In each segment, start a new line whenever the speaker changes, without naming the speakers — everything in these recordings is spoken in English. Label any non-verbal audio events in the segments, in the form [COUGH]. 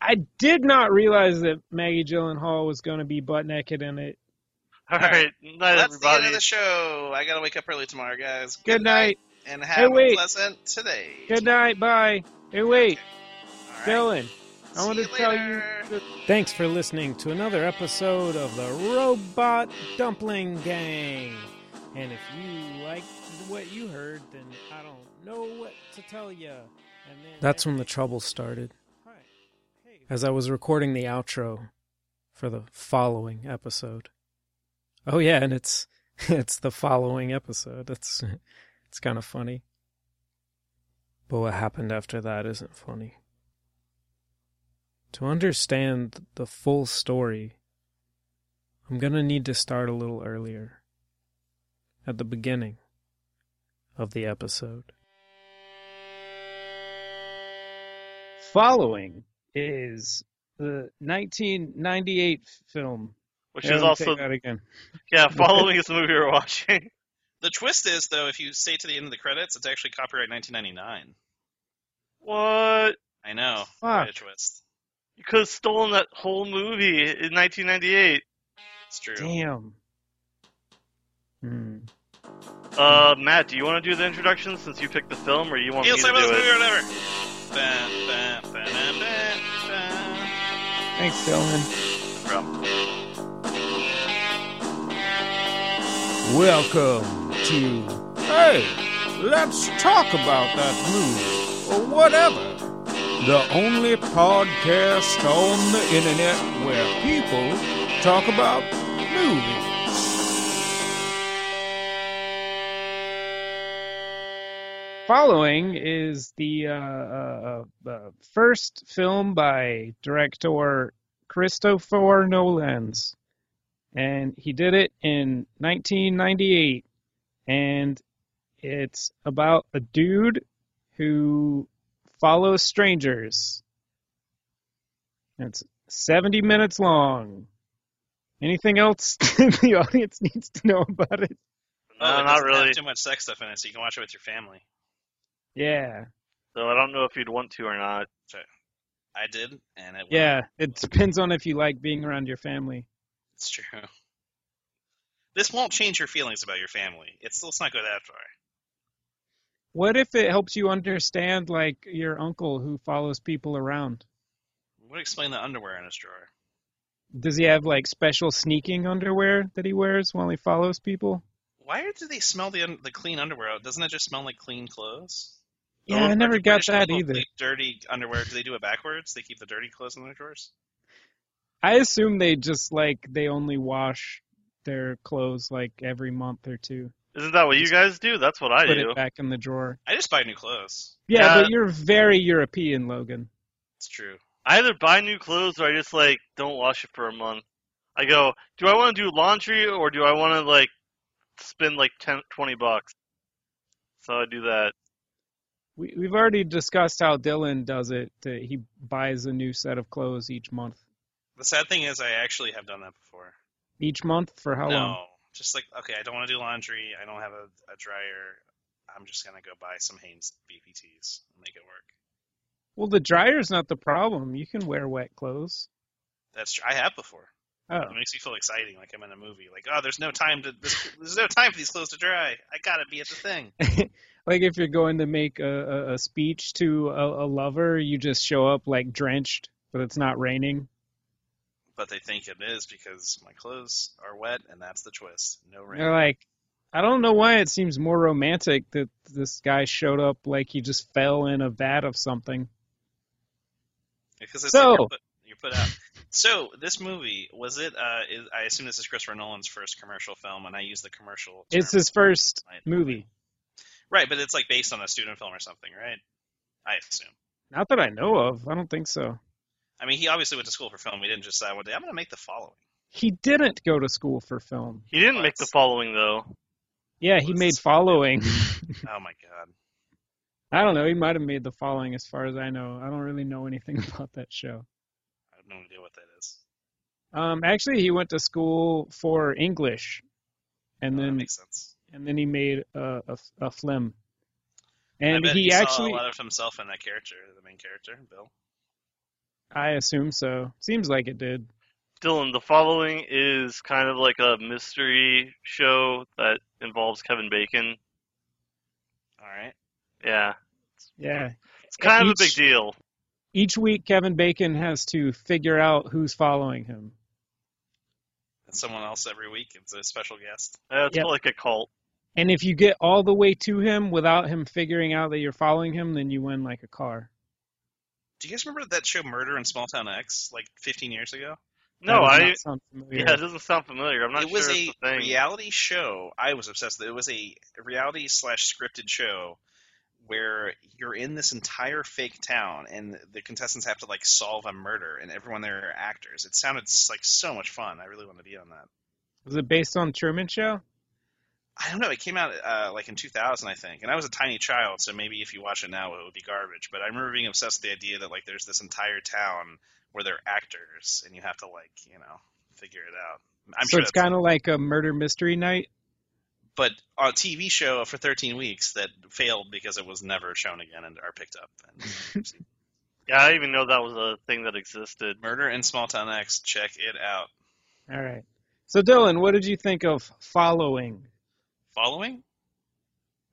I did not realize that Maggie Gyllenhaal was going to be butt naked in it.
All right, night
Well, that's the
everybody.
end of the show. I gotta wake up early tomorrow, guys.
Good night.
and have a
wait.
pleasant today.
Good night. Bye. Hey, wait,
All right.
Dylan. I
See
want to
you
tell you.
later.
that- Thanks for listening to another episode of the Robot Dumpling Gang. And if you liked what you heard, then I don't know what to tell you. And then
That's when the trouble started.
Hi. Hey.
as I was recording the outro for the following episode. Oh yeah, and it's [LAUGHS] it's the following episode. That's [LAUGHS] it's kind of funny. But what happened after that isn't funny. To understand the full story, I'm going to need to start a little earlier at the beginning of the episode.
Following is the 1998 film.
Which
Yeah, let
is
me
also
take that again.
yeah, following is the movie we're watching. [LAUGHS]
The twist is, though, if you stay to the end of the credits, it's actually copyright 1999.
What?
I know.
Fuck.
What a twist.
You could have stolen that whole movie in 1998.
It's true.
Damn. Hmm.
Uh, Matt, do you want to do the introduction since you picked the film, or you want
Hey,
me
let's
to
talk about
do
this movie
it?
or whatever. Bam, bam, bam, bam, bam.
Thanks, Dylan.
From
Welcome to Hey, let's talk about that movie or whatever. The only podcast on the internet where people talk about movies.
Following is the uh, uh, uh, uh, first film by director Christopher Nolans, and he did it in 1998, and it's about a dude who follows strangers. And It's 70 minutes long. Anything else [LAUGHS] the audience needs to know about it?
No,
Oh,
not
it doesn't have
really.
Too much sex stuff in it, so you can watch it with your family.
Yeah.
so I don't know if you'd want to or not.
I did, and it.
Yeah, it depends on if you like being around your family.
It's true. This won't change your feelings about your family. It's still let's not go that far.
What if it helps you understand like your uncle who follows people around?
What explain the underwear in his drawer?
Does he have like special sneaking underwear that he wears while he follows people?
Why do they smell the un- the clean underwear? Doesn't it just smell like clean clothes?
Yeah, Oh, I
Or
never
do
got
British
that
people
either.
keep Dirty underwear. Do they do it backwards? They keep the dirty clothes in their drawers.
I assume they just like they only wash their clothes like every month or two.
Isn't that what you guys do? That's what I
Put
do.
it back in the drawer.
I just buy new clothes.
Yeah,
Yeah.
but you're very European, Logan.
It's true.
I either buy new clothes or I just like don't wash it for a month. I go, do I want to do laundry or do I want to like spend like 10, 20 bucks? So I do that.
We we've already discussed how Dylan does it. That he buys a new set of clothes each month.
The sad thing is, I actually have done that before.
Each month for how
no,
long?
just like okay, I don't want to do laundry. I don't have a, a dryer. I'm just gonna go buy some Hanes BPTs and make it work.
Well, the dryer's not the problem. You can wear wet clothes.
That's true. I have before.
Oh,
It makes me feel exciting, like I'm in a movie. Like, oh, there's no time to there's, there's no time for these clothes to dry. I gotta be at the thing.
like if you're going to make a, a, a speech to a, a lover, you just show up like drenched, but it's not raining.
But they think it is because my clothes are wet, and that's the twist. No rain.
You're like, I don't know why it seems more romantic that this guy showed up like he just fell in a vat of something.
Because it's
So-
like you're, put, you're put out. So this movie was it? Uh, is, I assume this is Christopher Nolan's first commercial film, and I use the commercial. Term.
It's his first
Right.
movie.
right, but it's like based on a student film or something, right? I assume.
Not that I know of. I don't think so.
I mean, he obviously went to school for film. He didn't just decide one day I'm gonna make
[LAUGHS]
the following.
He didn't go to school for film.
He didn't make the following though.
Yeah, he made following. [LAUGHS]
Oh my god.
I don't know. He might have made the following as far as I know. I don't really know anything [LAUGHS] about that show.
I have no idea what that is.
Um, actually, he went to school for English, and
Oh, that
then
makes sense.
and then he made a a, a flim.
I
And
bet
he
saw
actually,
a lot of himself in that character, the main character, Bill.
I assume so. Seems like it did.
Dylan, the following is kind of like a mystery show that involves Kevin Bacon.
All right.
Yeah.
Yeah.
It's kind of a big
Each-
deal.
Each week, Kevin Bacon has to figure out who's following him.
It's someone else every week. It's a special guest.
Uh, It's
Yep.
like a cult.
And if you get all the way to him without him figuring out that you're following him, then you win like a car.
Do you guys remember that show Murder in Small Town X like 15 years ago?
No,
That does
I.
not sound familiar.
Yeah, it doesn't sound familiar. I'm not
it was
sure
a
it's the thing.
reality show. I was obsessed with it. It was a reality slash scripted show where you're in this entire fake town and the contestants have to like solve a murder and everyone there are actors. It sounded s- like so much fun. I really want to be on that.
Was it based on Truman Show?
I don't know. It came out uh, like in 2000, I think, and I was a tiny child, so maybe if you watch it now, it would be garbage. But I remember being obsessed with the idea that like there's this entire town where they're actors, and you have to like you know figure it out. I'm
so
sure
it's
that's-
kind of like a murder mystery night.
but on a TV show for 13 weeks that failed because it was never shown again and are picked up.
[LAUGHS]
And
Yeah, I didn't even know that was a thing that existed.
Murder in Small Town X, check it out.
All right. So Dylan, what did you think of following?
Following?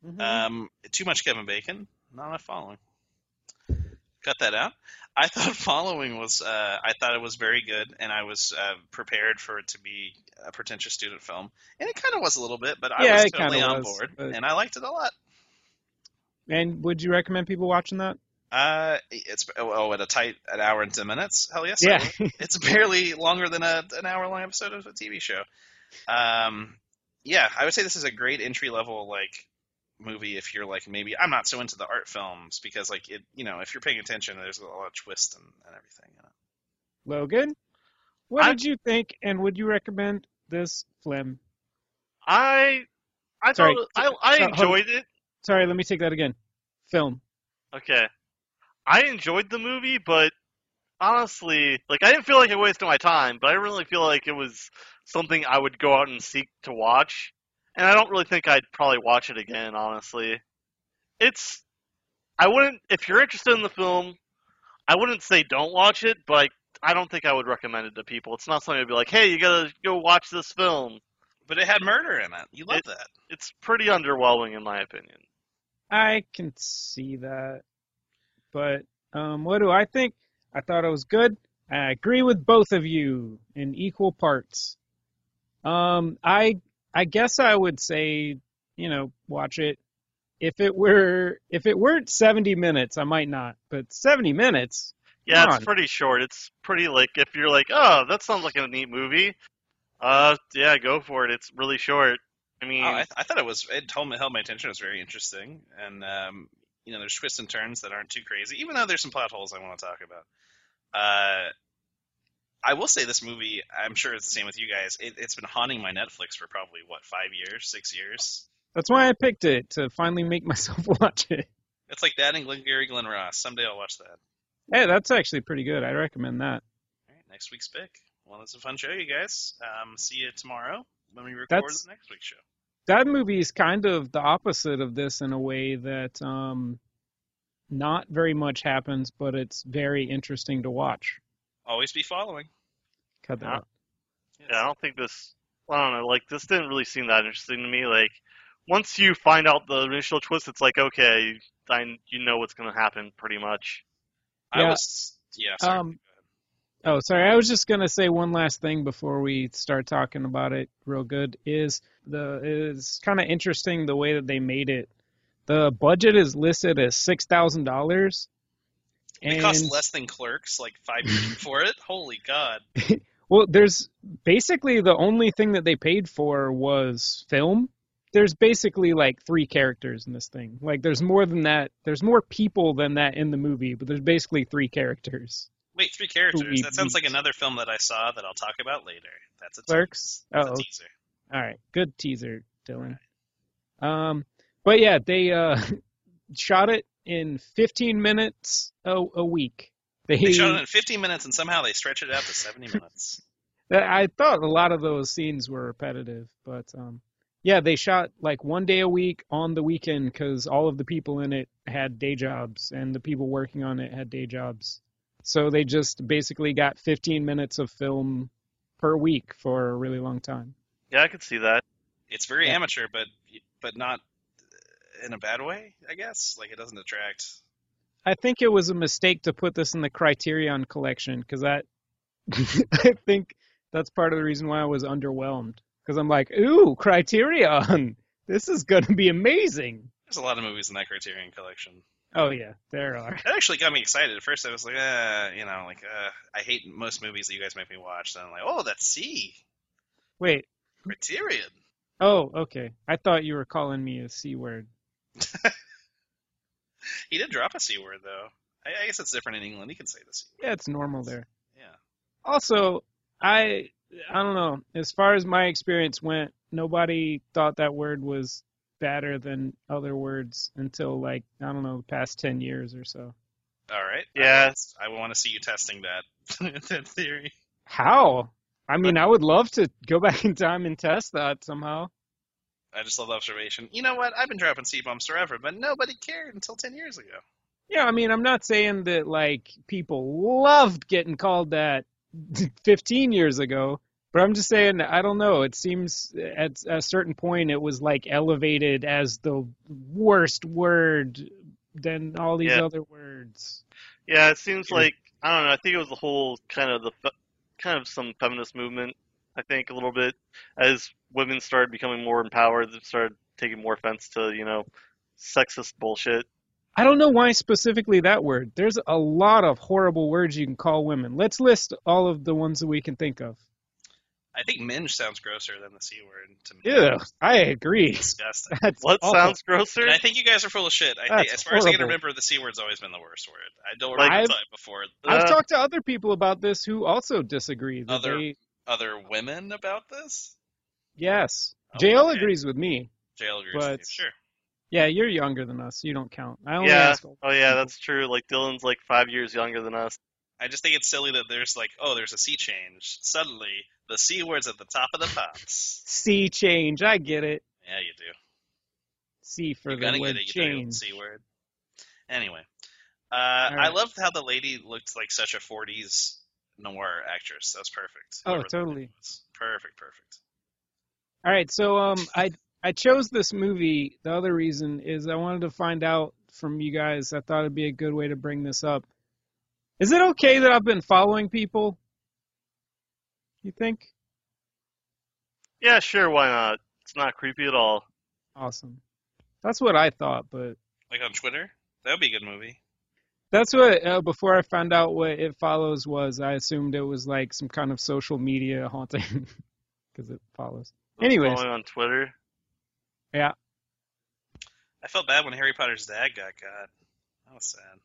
Mhm.
Um, too much Kevin Bacon, not enough following. Cut that out. [LAUGHS] I thought following was, uh, I thought it was very good, and I was uh, prepared for it to be a pretentious student film, and it kind of was a little bit, but I
Yeah,
was
it kinda
totally on
was,
board,
but-
and I liked it a lot.
and would you recommend people watching that?
Uh, it's oh, at a tight an hour and ten minutes. Hell yes, I
yeah.
would. it's barely longer than a, an hour long episode of a TV show. Um, yeah, I would say this is a great entry level like movie if you're like maybe I'm not so into the art films because like it you know if you're paying attention there's a lot of twist and, and everything. In it.
Logan, what
I-
did you think, and would you recommend this film?
I. I
Sorry.
thought I, I
So- hold-
enjoyed it.
Sorry, let me take that again. Film.
Okay. I enjoyed the movie, but honestly, like I didn't feel like I wasted my time, but I didn't really feel like it was something I would go out and seek to watch. And I don't really think I'd probably watch it again, honestly. It's I wouldn't if you're interested in the film, I wouldn't say don't watch it, but I, I don't think I would recommend it to people. It's not something to be like, "Hey, you got to go watch this film."
But it had murder in it. You love
It-
that.
It's pretty underwhelming in my opinion.
I can see that, but um, what do I think? I thought it was good. I agree with both of you in equal parts. Um, I I guess I would say you know watch it. If it were if it weren't 70 minutes, I might not. But 70 minutes,
Yeah,
Come
it's
on.
pretty short. It's pretty like if you're like, oh, that sounds like a neat movie. Uh, yeah, go for it. It's really short. I mean,
Oh, I, I thought it was it held, held my attention. It was very interesting, and um, you know, there's twists and turns that aren't too crazy, even though there's some plot holes I want to talk about. Uh, I will say this movie. I'm sure it's the same with you guys. It, it's been haunting my Netflix for probably what five years, six years.
that's why I picked it to finally make [LAUGHS] myself watch it.
It's like that and Glenn Gary Glenn Ross. Someday I'll watch that. All
Hey, that's actually pretty good. I recommend that.
right, next week's pick. Well, that's a fun show, you guys. Um, see you tomorrow when we record
That's-
the next week's show.
that movie is kind of the opposite of this in a way that um not very much happens but it's very interesting to watch
Always be following.
cut that
Yeah.
out.
Yes.
yeah, I don't think this. I don't know. Like this didn't really seem that interesting to me. Like once you find out the initial twist, it's like okay, I, you know what's gonna happen pretty much.
Yeah.
I was. Yeah. Sorry.
Um, oh sorry i was just going to say one last thing before we start talking about it real good is the is kind of interesting the way that they made it the budget is listed as six thousand dollars
It cost less than clerks, like five years
[LAUGHS]
before it. Holy God!
Well, there's basically the only thing that they paid for was film. There's basically like three characters in this thing. Like there's more than that. There's more people than that in the movie, but there's basically three characters.
Wait, three characters.
Holy
That sounds like
beat.
another film that I saw that I'll talk about later. That's a tease.
Clerks?
That's a
Oh.
teaser.
All right, good teaser, Dylan. Um, but yeah, they uh [LAUGHS] shot it in 15 minutes a, a week. They,
They shot it in 15 minutes, and somehow they stretch it out
[LAUGHS]
to 70 minutes.
Uh, I thought a lot of those scenes were repetitive, but um, yeah, they shot like one day a week on the weekend because all of the people in it had day jobs, and the people working on it had day jobs. So they just basically got 15 minutes of film per week for a really long time.
Yeah, I could see that.
It's very
Yeah.
amateur, but but not in a bad way, I guess. Like it doesn't attract.
I think it was a mistake to put this in the Criterion collection because that [LAUGHS] I think that's part of the reason why I was underwhelmed because I'm like, ooh, Criterion, this is gonna be amazing.
There's a lot of movies in that Criterion collection.
Oh yeah, there are. [LAUGHS]
That actually got me excited. At first, I was like, uh, you know, like uh, I hate most movies that you guys make me watch. Then I'm like, oh, that's C
Wait,
Criterion.
oh okay, I thought you were calling me a c word.
He did drop a C word though. I, I guess it's different in England. He can say the C.
Yeah, it's normal there.
Yeah.
Also, I I don't know. As far as my experience went, nobody thought that word was better than other words until like I don't know, the past ten years or so.
All right.
Yeah.
I, want to see you testing that [LAUGHS] that theory.
How? I mean, I would love to go [LAUGHS] back in time and test that somehow.
I just love the observation. You know what? I've been dropping C bombs forever, but nobody cared until ten years ago.
Yeah, I mean, I'm not saying that like people loved getting called that [LAUGHS] 15 years ago, but I'm just saying I don't know. It seems at a certain point it was like elevated as the worst word than all these
Yeah.
other words.
Yeah, it seems
Yeah.
like I don't know. I think it was the whole kind of the fe- kind of some feminist movement. I think a little bit as women started becoming more empowered, they started taking more offense to you know sexist bullshit.
I don't know why specifically that word. There's a lot of horrible words you can call women. Let's list all of the ones that we can think of.
I think minge sounds grosser than the C word to me.
Yeah, I agree. [LAUGHS]
Disgusting.
That's
What
awful.
sounds grosser?
And I think you guys are full of shit. I think,
That's
as far as I can
horrible.
remember, the C word's always been the worst word. I don't
Like-
remember the time before
I've
Uh,
talked to other people about this who also disagree. That
Other-
they,
other women about this.
yes,
Oh,
JL
okay.
agrees with me.
Jail agrees
But-
with you. Sure.
Yeah, you're younger than us. You don't count. I only
Yeah.
ask. old
Oh yeah,
people.
that's true. Like Dylan's like five years younger than us.
I just think it's silly that there's like, oh, there's a sea change. Suddenly, the C word's at the top of the pops.
sea change. I get it.
yeah, you do.
C for
You're
the
gonna
word
get it, you dirty
change.
old C word. Anyway, uh, I
right.
loved how the lady looked like such a 40s noir actress. That was perfect.
Oh,
Whoever the lady
totally.
was. Perfect, perfect.
All right, so um, I I chose this movie. The other reason is I wanted to find out from you guys. I thought it'd be a good way to bring this up. Is it okay that I've been following people? You think?
Yeah, sure. Why not? It's not creepy at all.
Awesome. That's what I thought, but
Like on Twitter? That would be a good movie.
That's what uh, before I found out what it follows was. I assumed it was like some kind of social media haunting [LAUGHS] because it follows.
That's
Anyways.
following on Twitter.
I felt bad when Harry Potter's dad got got. That was sad.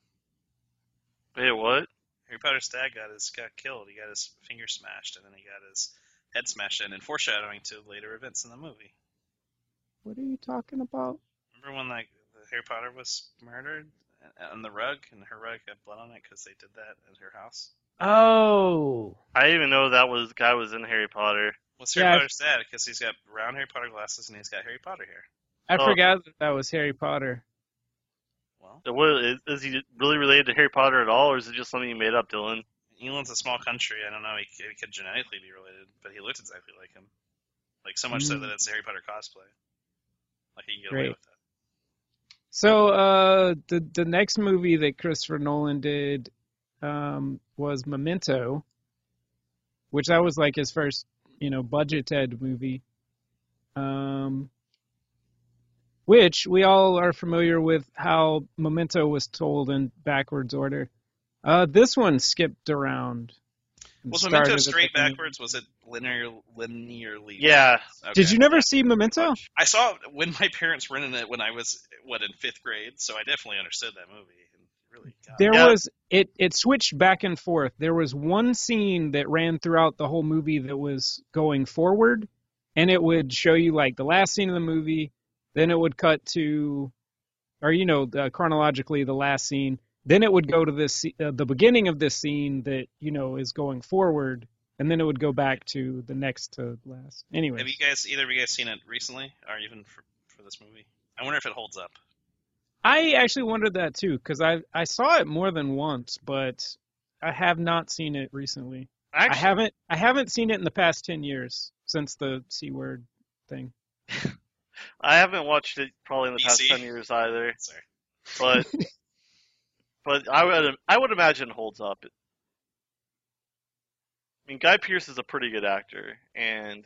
Wait, what?
Harry Potter's dad got his got killed. He got his finger smashed, and then he got his head smashed in, and foreshadowing to later events in the movie.
What are you talking about?
Remember when like Harry Potter was murdered on the rug, and her rug had blood on it because they did that at her house?
Oh,
I didn't even know that was guy was in Harry Potter.
What's Harry
Yeah, I-
Potter's dad? Because he's got round Harry Potter glasses and he's got Harry Potter hair.
I
Oh.
forgot that, that was Harry Potter.
Well,
So What is, is he really related to Harry Potter at all, or is it just something you made up, Dylan?
England's a small country. I don't know. He, c- he could genetically be related, but he looked exactly like him. Like so much so
Mm.
that it's a Harry Potter cosplay. Like he can get away
Great.
with that.
So uh, the the next movie that Christopher Nolan did um, was Memento, which that was like his first you know budgeted movie, um, which we all are familiar with how Memento was told in backwards order. Uh, this one skipped around. and
Was
started
Memento
at the
straight
beginning.
backwards? Was it linear linearly?
Yeah,
Okay.
Did you never see Memento?
I saw it when my parents rented it when I was what in fifth grade, so I definitely understood that movie. And really, got it.
There
Yeah.
was it it switched back and forth. There was one scene that ran throughout the whole movie that was going forward and it would show you like the last scene of the movie, then it would cut to or you know uh, chronologically the last scene, then it would go to this se- uh, the beginning of this scene that you know is going forward and then it would go back to the next to last. Anyway,
Have you guys either of you guys seen it recently, or even for, for this movie? I wonder if it holds up.
I actually wondered that too because I I saw it more than once, but I have not seen it recently. I
Actually,
haven't I haven't seen it in the past ten years since the c word thing.
I haven't watched it probably in the past
BC.
ten years
[LAUGHS]
either,
Sorry.
but but I would I would imagine it holds up. I mean, Guy Pearce is a pretty good actor, and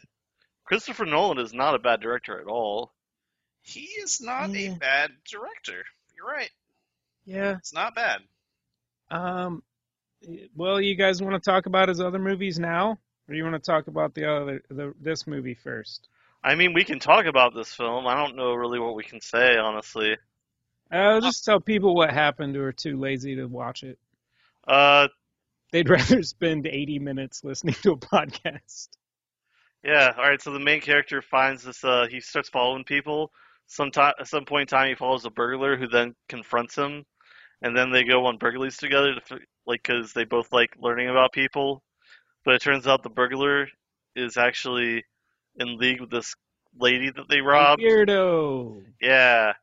Christopher Nolan is not a bad director at all.
He is not
Yeah.
a bad director. You're right.
Yeah.
It's not bad.
Um. Well, you guys want to talk about his other movies now, or you want to talk about the other the this movie first?
I mean, we can talk about this film. I don't know really what we can say, honestly.
I'll Uh, just tell people what happened who are too lazy to watch it.
Uh,
They'd [LAUGHS] rather spend 80 minutes listening to a podcast.
yeah. All right. So the main character finds this. Uh, he starts following people. Sometime at some point in time, he follows a burglar who then confronts him, and then they go on burglaries together, to, fi- like because they both like learning about people. But it turns out the burglar is actually in league with this lady that they robbed.
Weirdo.
Yeah,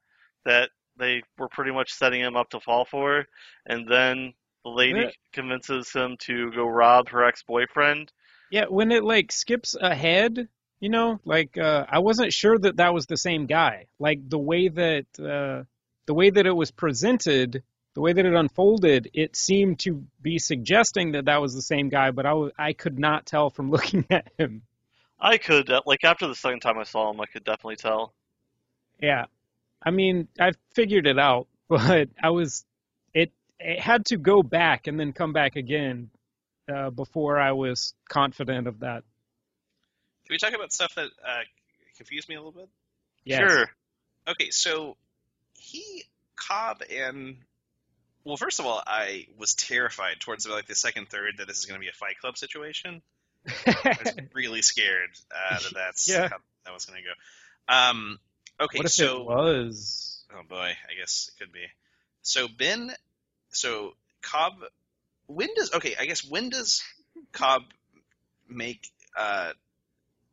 that they were pretty much setting him up to fall for, and then the lady
Yeah.
convinces him to go rob her ex-boyfriend.
Yeah, when it like skips ahead, you know, like uh, I wasn't sure that that was the same guy. Like the way that uh, the way that it was presented, the way that it unfolded, it seemed to be suggesting that that was the same guy, but I wa- I could not tell from [LAUGHS] looking at him.
I could, uh, like, after the second time I saw him, I could definitely tell.
Yeah, I mean, I figured it out, [LAUGHS] but I was it it had to go back and then come back again uh, before I was confident of that.
Can we talk about stuff that uh, confused me a little bit?
Yes. [LAUGHS]
Sure.
Okay, so he Cobb and well, first of all, I was terrified towards like the second third that this is going to be a Fight Club situation. I was really scared uh, that that's
Yeah.
how that was going to go. Um, okay,
what if
so
it was?
Oh boy, I guess it could be. So Ben, so Cobb, when does okay? I guess when does Cobb make uh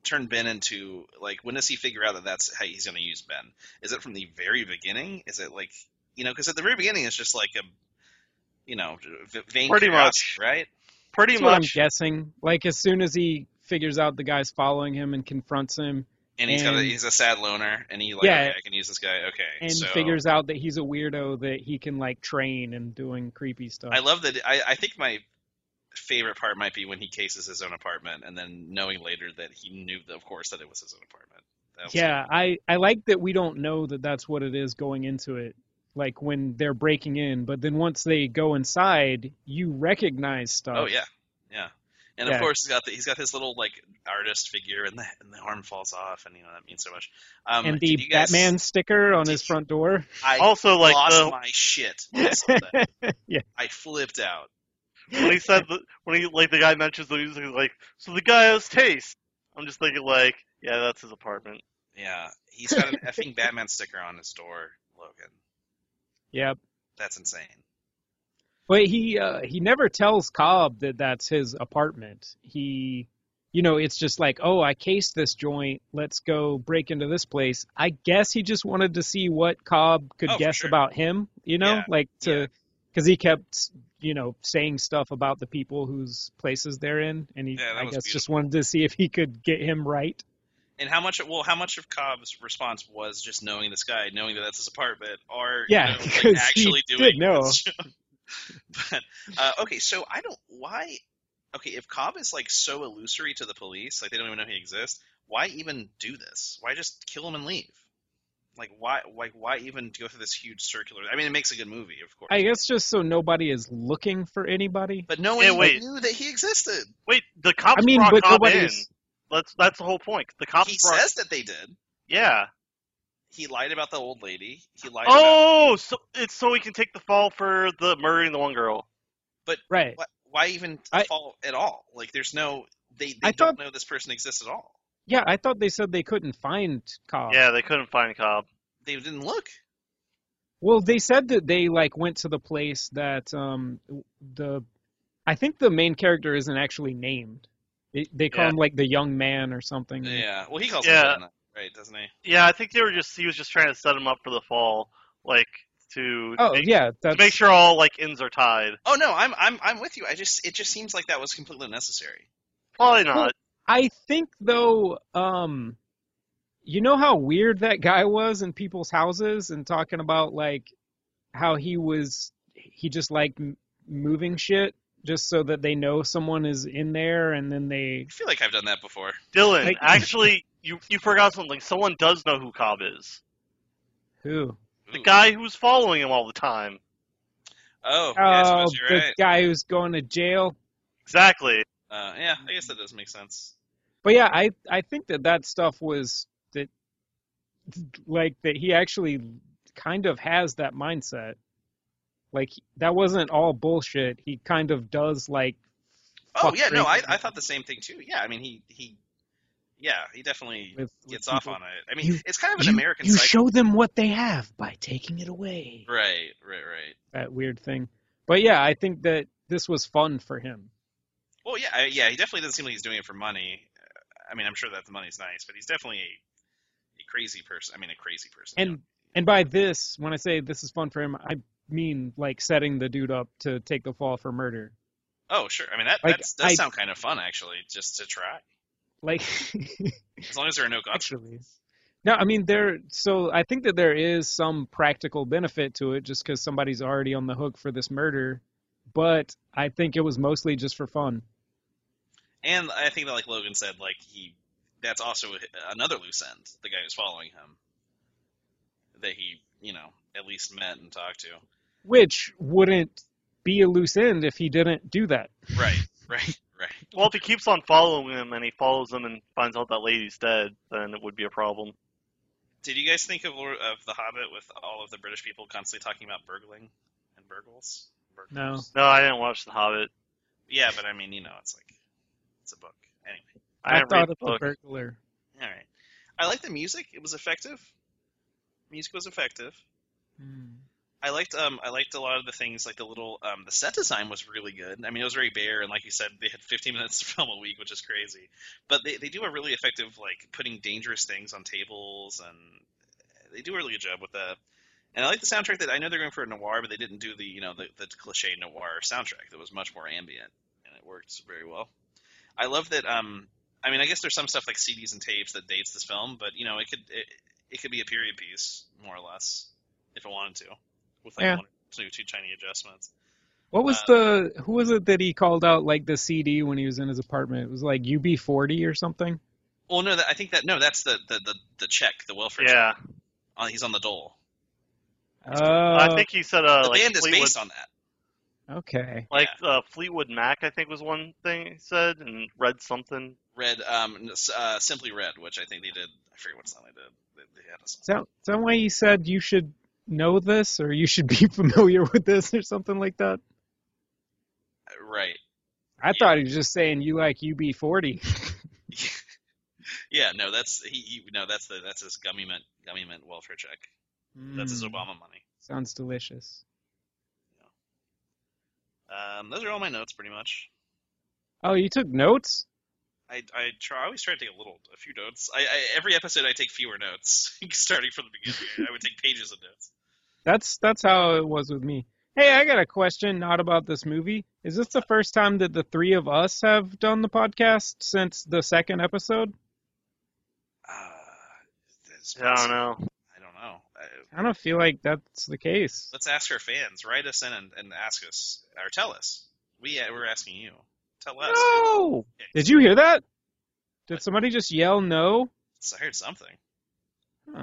turn Ben into like when does he figure out that that's how he's going to use Ben? Is it from the very beginning? Is it like you know because at the very beginning it's just like a you know v- vain
Pretty
curiosity,
much.
right?
Pretty
That's what I'm
much.
guessing. Like as soon as he figures out the guy's following him and confronts him,
And he's got a,
And-
he's a sad loner, and he like
Yeah.
okay, I can use this guy. Okay,
and
so
figures out that he's a weirdo that he can like train and doing creepy stuff.
I love that. I, I think my favorite part might be when he cases his own apartment, and then knowing later that he knew, that, of course, that it was his own apartment. That was-
yeah, I I like that we don't know that that's what it is going into it. Like when they're breaking in, but then once they go inside, you recognize stuff.
Oh yeah, yeah. And
Yeah.
of course, he's got the, he's got his little like artist figure, and the and the arm falls off, and you know that means so much. Um,
and
did
the
you guys-
Batman sticker on
did
his
you-
front
[LAUGHS]
door.
I
Also, like,
lost
the,
my shit. when I saw that.
[LAUGHS] Yeah.
I flipped out.
when he said, the, when he, like, the guy mentions the music, he's like, so the guy has taste. I'm just thinking, like, yeah, that's his apartment.
Yeah, he's got an effing Batman sticker on his door, Logan.
[LAUGHS] Yeah,
That's insane.
But he uh, he never tells Cobb that that's his apartment. He, you know, it's just like, oh, I cased this joint. Let's go break into this place. I guess he just wanted to see what Cobb could
Oh, for
guess
sure.
about him. You know,
Yeah,
like
yeah.
to because he kept you know saying stuff about the people whose places they're in, and he
Yeah, that
I
was
guess just wanted to see if he could get him right.
And how much? Well, how much of Cobb's response was just knowing this guy, knowing that that's his apartment, or you
Yeah,
know, like,
because he
actually
did
doing
know.
this job? [LAUGHS] but uh, okay, so I don't why. Okay, if Cobb is like so illusory to the police, like they don't even know he exists, why even do this? Why just kill him and leave? Like why? Like why even go through this huge circular? I mean, it makes a good movie, of course.
I guess just so nobody is looking for anybody.
but no one
Yeah, wait.
knew that he existed.
Wait, the
I
cops
mean,
brought
but
Cobb in.
nobody's.
That's, that's the whole point. The cops
He
brought.
says that they did.
yeah.
He lied about the old lady. He lied. about,
Oh, so it's so he can take the fall for the murdering the one girl.
Right.
why, why even
I-
fall at all? Like, there's no they, they
I
don't know this person exists at all.
Yeah, I thought they said they couldn't find Cobb.
Yeah, they couldn't find Cobb.
They didn't look.
Well, they said that they like went to the place that um the I think the main character isn't actually named. They, they call
Yeah.
him like the young man or something.
Yeah. Well, he calls
Yeah.
him Ben, right? Doesn't he?
Yeah, I think they were just he was just trying to set him up for the fall. Like to
Oh
make,
yeah,
to
that's
make sure all like ends are tied.
Oh no, I'm I'm I'm with you. I just it just seems like that was completely unnecessary.
Probably not.
I think though, um, you know how weird that guy was in people's houses and talking about like how he was, he just liked m- moving shit just so that they know someone is in there and then they.
I feel like I've done that before.
Dylan,
Like-
actually, you you forgot something. Someone does know who Cobb is.
Who?
The
Ooh.
guy who's following him all the time.
Oh,
Oh,
yeah, I suppose
the
you're right.
guy who's going to jail.
Exactly.
Uh, yeah, I guess that does make sense.
But yeah, I I think that that stuff was that like that he actually kind of has that mindset. Like that wasn't all bullshit. He kind of does like
Oh
Fuck
yeah, no, I,
crazy.
I thought the same thing too. Yeah, I mean he he, yeah, he definitely
with, with
gets off
people.
on it. I mean,
You-
it's kind of an
You,
American
you
psycho.
show them what they have by taking it away.
Right, right, right.
That weird thing. But yeah, I think that this was fun for him.
Well, yeah, I, yeah, he definitely doesn't seem like he's doing it for money. Uh, I mean, I'm sure that the money's nice, but he's definitely a, a crazy person. I mean, a crazy person. you
And and by this, when I say this is fun for him, I mean like setting the dude up to take the fall for murder.
know. oh, sure. I mean, that
like,
that's, does
I-
sound kind of fun actually, just to try.
Like [LAUGHS]
As long as there are no cops.
actually. No, I mean there. So I think that there is some practical benefit to it, just because somebody's already on the hook for this murder. But I think it was mostly just for fun.
And I think that, like Logan said, like he, that's also another loose end. The guy who's following him, that he, you know, at least met and talked to.
Which wouldn't be a loose end if he didn't do that.
Right, [LAUGHS] right, right.
Well, if he keeps on following him and he follows him and finds out that lady's dead, then it would be a problem.
Did you guys think of Lord of the Hobbit with all of the British people constantly talking about burgling and burgles?
No.
No, I didn't watch The Hobbit.
Yeah, but I mean, you know, it's like it's a book. Anyway,
I,
I
didn't
thought
read the
of the
book.
burglar.
all right. I like the music. It was effective. Music was effective. I liked um I liked a lot of the things like the little um the set design was really good. I mean it was very bare and like you said they had 15 [LAUGHS] minutes to film a week, which is crazy. But they they do a really effective like putting dangerous things on tables and they do a really good job with that. And I like the soundtrack that I know they're going for a noir, but they didn't do the you know the the cliche noir soundtrack that was much more ambient and it worked very well. I love that um I mean I guess there's some stuff like CDs and tapes that dates this film, but you know it could it, it could be a period piece more or less if it wanted to with like
Yeah.
one or two, two tiny adjustments.
What was
Uh,
the? Who was it that he called out like the CD when he was in his apartment? It was like UB40 or something.
Well, no, that, I think that no, that's the the the, the check, the welfare. check.
Yeah,
Uh, he's on the dole.
Oh,
I think he said uh,
the
like
band is
Fleetwood,
based on that.
Oh, okay.
like uh, Fleetwood Mac. I think was one thing he said and read something.
Red, um, n- s- uh, simply red, which I think they did. I forget what song they did. They, they had a song.
Some some way he said you should know this or you should [LAUGHS] be familiar with this or something like that.
Uh, Right. [LAUGHS]
I thought he was just saying you like UB40.
Yeah. No, that's he. he no, that's the that's his gummy mint gummy mint welfare check. That's his
Mm,
Obama money.
Sounds delicious.
Um, those are all my notes, pretty much.
Oh, you took notes?
I, I try. I always try to take a little, a few notes. I, I every episode I take fewer notes, [LAUGHS] starting from the beginning. I would take pages of notes.
That's that's how it was with me. Hey, I got a question not about this movie. Is this the first time that the three of us have done the podcast since the second episode?
Uh, that's-
I don't know.
I don't know. I,
I don't feel like that's the case.
let's ask our fans. Write us in and, and ask us or tell us. We uh, we're asking you. Tell us.
No. Did you hear that? Did somebody just yell no?
So I heard something.
Huh.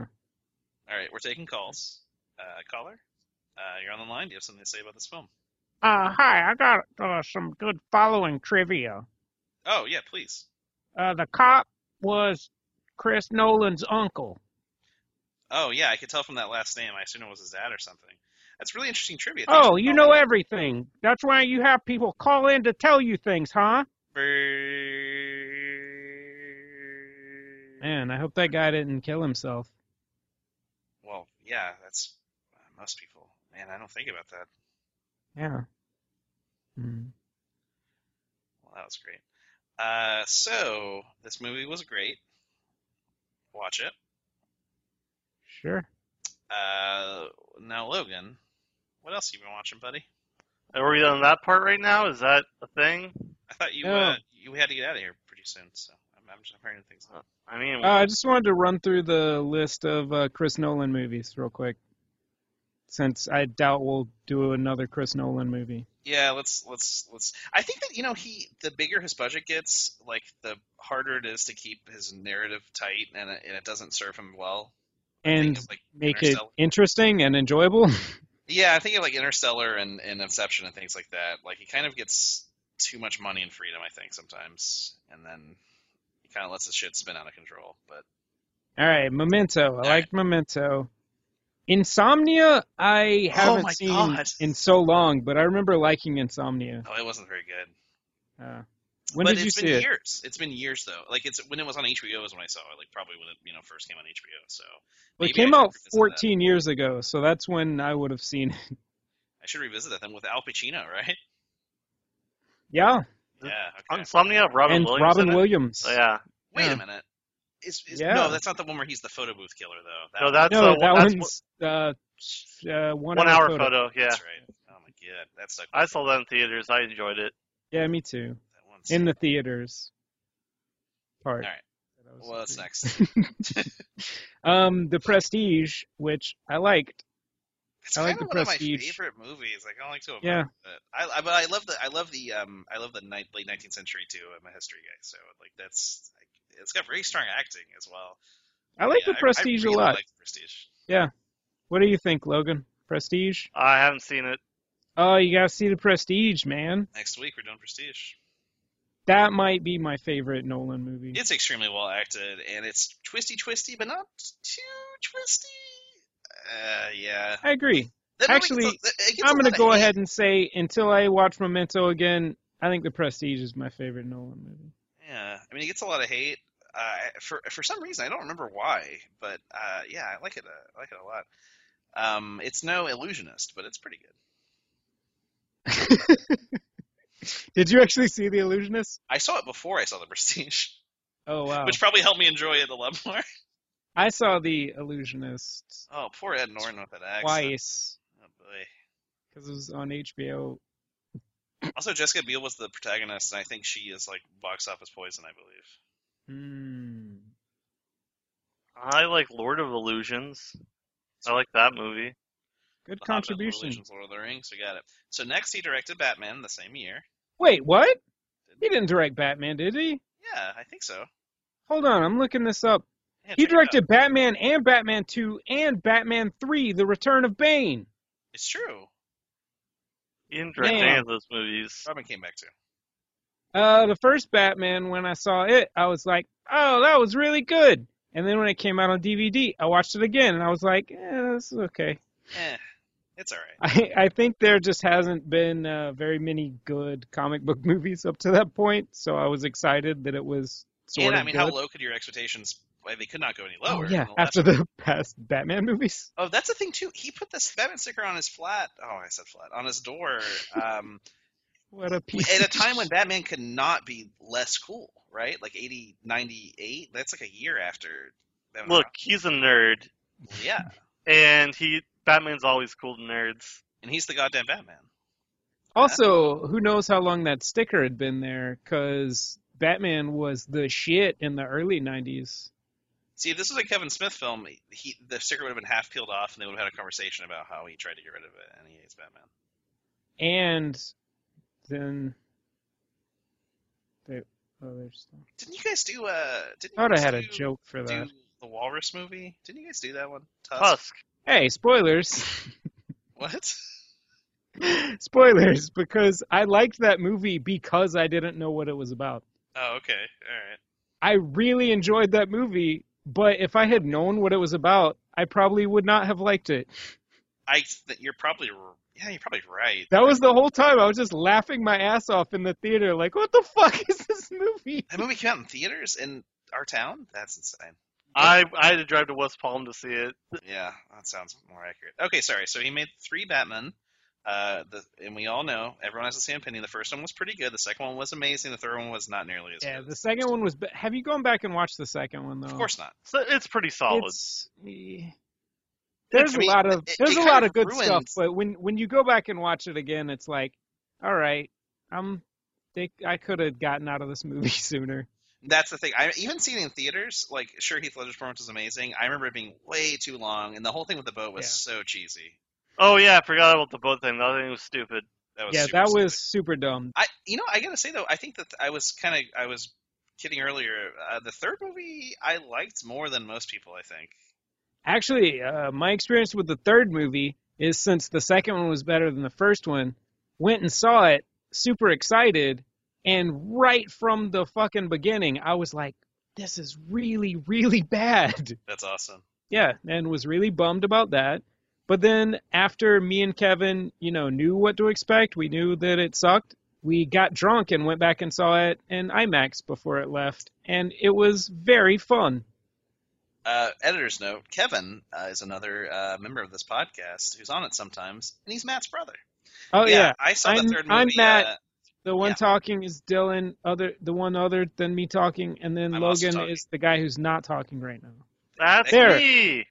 All right, we're taking calls. Uh, caller, uh, you're on the line. Do you have something to say about this film?
Uh, hi, I got uh, some good following trivia.
Oh yeah, please.
Uh, the cop was Chris Nolan's uncle.
Oh yeah, I could tell from that last name. I assume it was his dad or something. That's really interesting trivia. Thanks
Oh,
for
you
calling.
know everything. That's why you have people call in to tell you things, huh? Man, I hope that guy didn't kill himself.
Well, yeah, that's uh, most people. Man, I don't think about that.
Yeah. Hmm.
Well, that was great. Uh, so this movie was great. Watch it.
Sure.
Uh, now, Logan, what else you been watching, buddy?
Are we on that part right now? Is that a thing?
I thought you
Yeah.
uh, you had to get out of here pretty soon, so I'm, I'm just I'm hearing things.
Uh, I mean,
Uh, I just wanted to run through the list of uh, Chris Nolan movies real quick, since I doubt we'll do another Chris Nolan movie.
Yeah, let's let's let's. I think that you know he the bigger his budget gets, like the harder it is to keep his narrative tight, and it, and it doesn't serve him well. I think
And
of, like
make it
Interstellar.
interesting and enjoyable.
Yeah, I think of like Interstellar and, and Inception and things like that. Like he kind of gets too much money and freedom, I think sometimes, and then he kind of lets his shit spin out of control. But
All right, Memento. I
right.
like Memento. Insomnia, I haven't
my
seen
God.
in so long, but I remember liking Insomnia.
oh, it wasn't very good.
Uh, when
but
did you
it's
see
been
it?
years. It's been years though. Like it's when it was on HBO is when I saw it. Like probably when it you know first came on HBO. So
Well, it
maybe
came
I should
out
revisit that.
14 years ago, so that's when I would have seen it. [LAUGHS]
I should revisit that then with Al Pacino, [LAUGHS] right?
Yeah,
Yeah. Okay.
Insomnia. Robin
and
Williams. in
Robin
it?
Williams.
Oh, yeah.
Wait
Yeah.
a minute. Is, is,
Yeah.
No, that's not the one where he's the photo booth killer though. That
No,
one-
that's
No,
uh,
that
that's one-
one's uh, sh- uh, one,
one, hour,
photo.
photo. Yeah,
That's right. Oh my god, that's like
I saw that in theaters. I enjoyed it.
Yeah, me too.
that one's
In the theaters. Part.
All right.
That was
Well, that's
pretty-
next.
Um, The Prestige, which I liked.
It's
I
kind
like the
of one of my
prestige.
favorite movies. Like, I don't like to admit
Yeah.
it. I, I, but I love the I love the um I love the ni- late nineteenth century too. I'm a history guy, so like that's like, it's got very strong acting as well.
I like
Yeah,
The Prestige
I, I really
a lot.
Like the prestige.
What do you think, Logan? Prestige?
I haven't seen it.
Oh, you gotta see The Prestige, man.
Next week we're doing Prestige.
That might be my favorite Nolan movie.
It's extremely well acted and it's twisty twisty, but not too twisty. Uh, yeah.
I agree.
That movie
Actually,
gets a- it gets a
I'm gonna
lot of
go
hate.
ahead and say until I watch Memento again, I think The Prestige is my favorite Nolan movie.
Yeah, I mean, it gets a lot of hate. Uh, for for some reason, I don't remember why, but uh, yeah, I like it. Uh, I like it a lot. Um, it's no illusionist, but it's pretty good.
Did you actually see The Illusionist?
I saw it before I saw The Prestige,
[LAUGHS] Oh wow.
which probably helped me enjoy it a lot more. [LAUGHS]
I saw The Illusionist
Oh, poor Ed Norton with that accent.
twice
Oh, boy.
because it was on HBO.
Also, Jessica Biel was the protagonist, and I think she is like box office poison. I believe.
Hmm.
I like Lord of Illusions. I like that movie.
Good
The Hobbit, Lord of the
contribution.
Rings, Lord of the Rings. We got it. So next, he directed Batman the same year.
Wait, what? He didn't direct Batman, did he?
Yeah, I think so.
Hold on, I'm looking this up.
Yeah,
He
check it out.
directed Batman and Batman 2 and Batman 3: The Return of Bane.
It's true.
Interesting
Man.
any of those movies.
Robin came back too.
Uh, the first Batman, when I saw it, I was like, "Oh, that was really good." And then when it came out on DVD, I watched it again, and I was like, eh, "This is okay." [LAUGHS]
Eh, it's all right.
I I think there just hasn't been uh, very many good comic book [LAUGHS] movies up to that point, so I was excited that it was sort
and
of
I mean,
good.
how low could your expectations? Well, they could not go any
Oh,
lower.
yeah,
than the last
after
one.
the [LAUGHS] past Batman movies.
Oh, that's the thing too. He put this Batman sticker on his flat. Oh, I said flat on his door.
[LAUGHS]
Um,
What a piece.
at a
of
time when Batman could not be less cool, right? Like 80, 98? That's like a year after. Batman
Look, he's a nerd,
and Robin. yeah,
and he Batman's always cool to nerds.
and he's the goddamn Batman.
Also, who knows how long that sticker had been there? Because Batman was the shit in the early '90s.
See, if this was a Kevin Smith film, he the sticker would have been half peeled off, and they would have had a conversation about how he tried to get rid of it, and he hates Batman.
and then they, oh, there's
Didn't you guys do? Uh, didn't
I
you
thought I
guys
had
do,
a joke for
Do
that.
the Walrus movie? Didn't you guys do that one? Tusk.
Husk.
Hey, spoilers.
What?
spoilers because I liked that movie because I didn't know what it was about.
Oh, okay. All right.
I really enjoyed that movie, but if I had known what it was about, I probably would not have liked it.
I th- you're probably r- yeah, you're probably right.
That was the whole time I was just laughing my ass off in the theater like, what the fuck [LAUGHS] is this movie?
That movie came out in theaters in our town. That's insane.
I I had to drive to West Palm to see it.
Yeah, that sounds more accurate. Okay, sorry. So he made three Batman. Uh, the, and we all know everyone has the same opinion. The first one was pretty good. The second one was amazing. The third one was not nearly as
Yeah,
good.
the second one was ba- Have you gone back and watched the second one though?
Of course not.
So it's pretty solid. It's,
It's, eh, there's
I
a
mean,
lot of
it-
there's a
it kind
lot
of
of good stuff,
ruins-
but when when you go back and watch it again, it's like, all right, I'm they, I could have gotten out of this movie [LAUGHS] sooner.
That's the thing. I even seen it in theaters. Like, sure, Heath Ledger's performance was amazing. I remember it being way too long, and the whole thing with the boat was so cheesy.
Oh yeah, I forgot about the boat thing. That thing was stupid.
That was
Yeah,
super
that
silly.
was super dumb.
I, you know, I gotta say though, I think that I was kind of, I was kidding earlier. Uh, the third movie I liked more than most people. I think.
Actually, uh, my experience with the third movie is since the second one was better than the first one, went and saw it, super excited, and right from the fucking beginning, I was like, this is really, really [LAUGHS] bad.
That's awesome.
yeah, and was really bummed about that. But then after me and Kevin, you know, knew what to expect, we knew that it sucked. We got drunk and went back and saw it in IMAX before it left, and it was very fun.
Uh, editor's note: Kevin uh, is another uh, member of this podcast who's on it sometimes, and he's Matt's brother.
Oh yeah,
I saw
I'm-
the third movie.
I'm Matt.
uh,
the one
yeah.
talking is Dylan, other the one other than me talking, and then
I'm also
Logan
talking.
is the guy who's not talking right now. [LAUGHS]
That's
There.
me.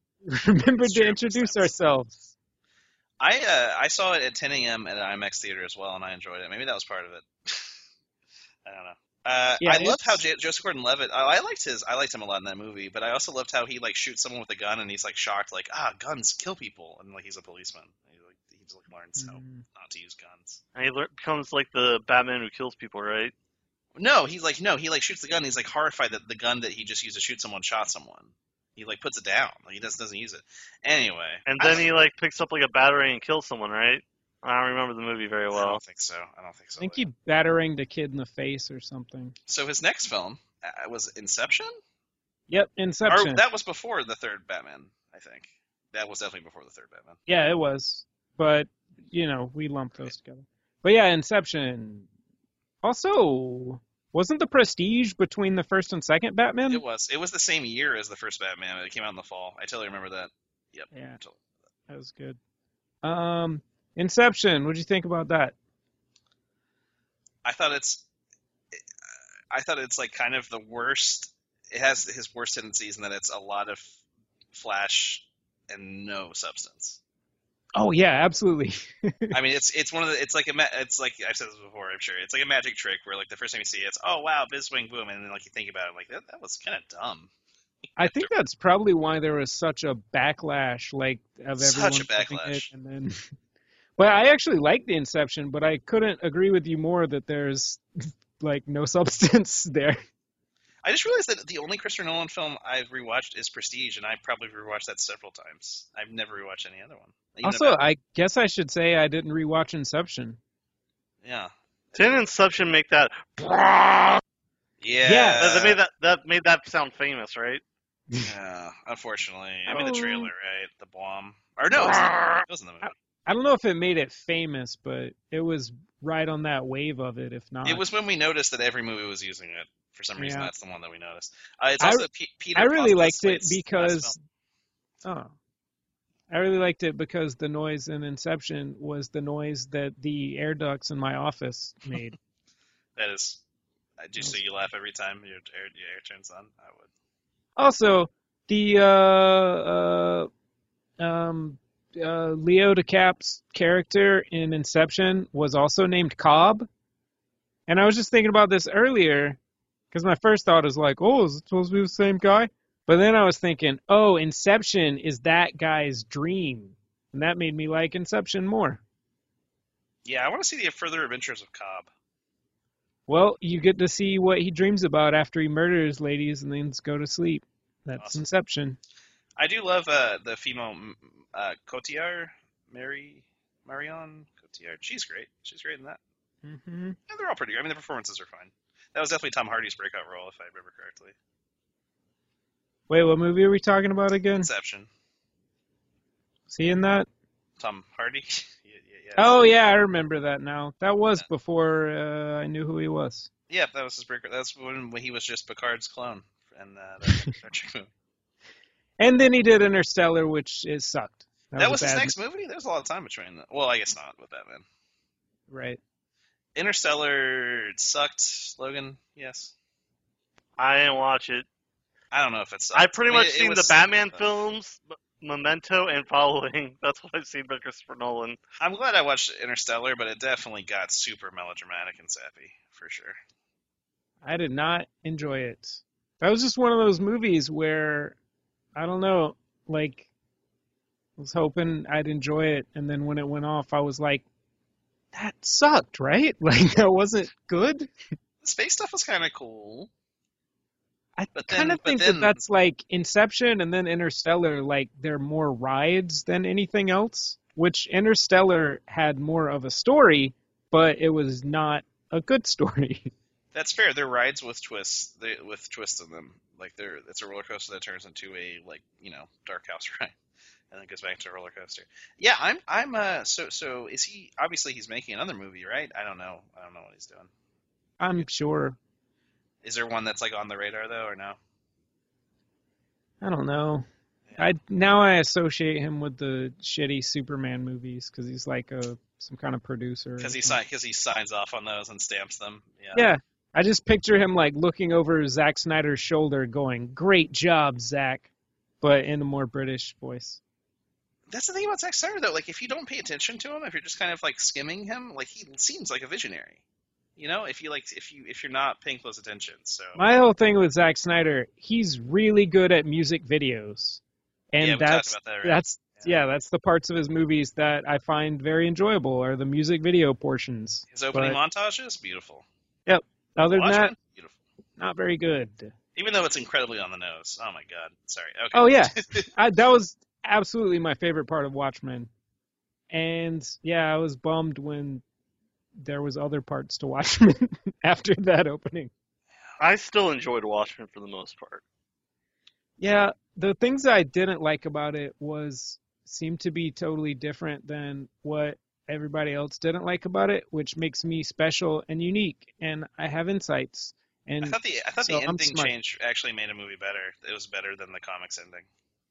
Remember
It's
to
true.
introduce
Sounds-
ourselves.
I uh, I saw it at 10 a.m. at an IMAX theater as well, and I enjoyed it. Maybe that was part of it. [LAUGHS] I don't know. Uh,
Yeah,
I love
it's-
how J- Joseph Gordon-Levitt. I, I liked his. I liked him a lot in that movie, but I also loved how he like shoots someone with a gun, and he's like shocked, like ah, guns kill people, and like he's a policeman. He like he just like learns
Mm-hmm.
how
Mm.
not to use guns.
And he lear- becomes like the Batman who kills people, right?
No, he's like no, he like shoots the gun. He's like horrified that the gun that he just used to shoot someone shot someone. He like puts it down. Like, he doesn't doesn't use it. Anyway,
And
I
then
don't-
he like picks up like a battery and kills someone, right? I don't remember the movie very
I
well.
don't think so. I don't think so.
I think he battering the kid in the face or something.
So his next film uh, was Inception.
Yep, Inception.
Or that was before the third Batman, I think. That was definitely before the third Batman.
Yeah, it was. But you know, we lumped those together. But yeah, Inception. Also, wasn't the Prestige between the first and second Batman?
It was. It was the same year as the first Batman. It came out in the fall. I totally remember that.
Yeah,
Totally.
that was good. Um, Inception. What'd you think about that?
I thought it's. I thought it's like kind of the worst. It has his worst tendencies in that it's a lot of flash and no
[LAUGHS]
substance.
Oh yeah, absolutely.
I mean, it's it's one of the it's like a ma- it's like I've said this before. I'm sure it's like a magic trick where like the first time you see it, it's oh wow, Bizwing boom, and then like you think about it, like that, that was kind of dumb.
I think that's probably why there was such a backlash, like of everyone
Such a
loving it,
backlash.
and then. [LAUGHS] But I actually like the Inception, but I couldn't agree with you more that there's [LAUGHS] like no [LAUGHS] substance there.
I just realized that the only Christopher Nolan film I've rewatched is Prestige, and I probably rewatched that several times. I've never rewatched any other one. Even
Also,
about-
I guess I should say I didn't rewatch Inception.
yeah,
Didn't Inception make that?
yeah,
Yeah,
that,
Uh,
that made that that made that sound famous, right?
yeah, Unfortunately, I mean the
Oh.
trailer, right? The bomb, or no, it was, it was in the movie.
I don't know if it made it famous, but it was right on that wave of it, if not.
It was when we noticed that every movie was using it. For some reason,
uh. Yeah.
that's the one that we noticed. Uh, it's
I-
also P- Peter.
I really
Fonda's
liked it
last
because
film.
oh, I really liked it because the noise in Inception was the noise that the air ducts in my office made.
that is. I do so you laugh every time your air, your air turns on. I would.
also, the uh, uh, um, uh, Leo DeCap's character in Inception was also named Cobb, and I was just thinking about this earlier because my first thought is like, oh, is it supposed to be the same guy? But then I was thinking, oh, Inception is that guy's dream, and that made me like Inception more.
Yeah, I want to see the further adventures of Cobb.
Well, you get to see what he dreams about after he murders ladies and then go to sleep. That's
Awesome.
Inception.
I do love uh, the female m- uh, Cotillard, Mary Marion Cotillard. She's great. She's great in that.
hmm
Yeah, they're all pretty good. I mean, the performances are fine. That was definitely Tom Hardy's breakout role, if I remember correctly.
Wait, what movie are we talking about
Mm.
again?
Inception.
Seeing that?
Tom Hardy. [LAUGHS] yeah, yeah, yeah.
Oh yeah, I remember that now. That was before uh, I knew who he was.
Yeah, that was his breakout. That's when when he was just Picard's clone.
[LAUGHS]
And uh, that, Star Trek movie.
And then he did Interstellar, which is sucked.
that, was, his next movie. There was a lot of time between. The, well, I guess not with Batman.
right.
Interstellar sucked. Logan, yes.
I didn't watch it.
I don't know if it sucked.
I pretty
mean,
much
it- it
seen
was uh,
the Batman
something, but-
films, but Memento and following. [LAUGHS] That's what I've seen by Christopher Nolan.
I'm glad I watched Interstellar, but it definitely got super melodramatic and sappy for sure.
I did not enjoy it. That was just one of those movies where I don't know, like I was hoping I'd enjoy it and then when it went off I was like that sucked, right? [LAUGHS] Like that wasn't good.
The space stuff was kind of cool.
I
But
kind
then-
of
but
think
then-
that that's like Inception and then Interstellar. Like they're more rides than anything else. Which Interstellar had more of a story, but it was not a good [LAUGHS] story.
That's fair. They're rides with twists, they, with twists in them. Like they're it's a roller coaster that turns into a like you know dark house [LAUGHS] ride, and then goes back to a roller coaster. Yeah, I'm I'm uh so so is he obviously he's making another movie right? I don't know. I don't know what he's doing.
I'm sure.
Is there one that's like on the radar though or no?
I don't know. I now I associate him with the shitty Superman movies because he's like a some kind of producer. or
Because he
something.
sign because he signs off on those and stamps them. Yeah.
Yeah, I just picture him like looking over Zack Snyder's shoulder, going, "Great job, Zack," but in a more British voice.
That's the thing about Zack Snyder though. Like if you don't pay attention to him, if you're just kind of like skimming him, like he seems like a visionary. You know, if you like if you if you're not paying close attention. So
My whole thing with Zack Snyder, he's really good at music videos, and
yeah, we
that's
talked about that. Right?
that's yeah. that's the parts of his movies that I find very enjoyable are the music video portions.
His opening
But
montages beautiful.
other than
Watchmen,
that,
beautiful.
not very good.
Even though it's incredibly on the nose. Oh my god. Sorry. Okay.
Oh yeah, I, that was absolutely my favorite part of Watchmen, and yeah, I was bummed when there was other parts to Watchmen [LAUGHS] after that opening.
I still enjoyed Watchmen for the most part.
Yeah, the things I didn't like about it was seemed to be totally different than what everybody else didn't like about it, which makes me special and unique, and I have insights.
[LAUGHS] I [LAUGHS]
And
thought the I thought
So,
the
I'm
ending
smart.
change actually made a movie better. It was better than the comics ending.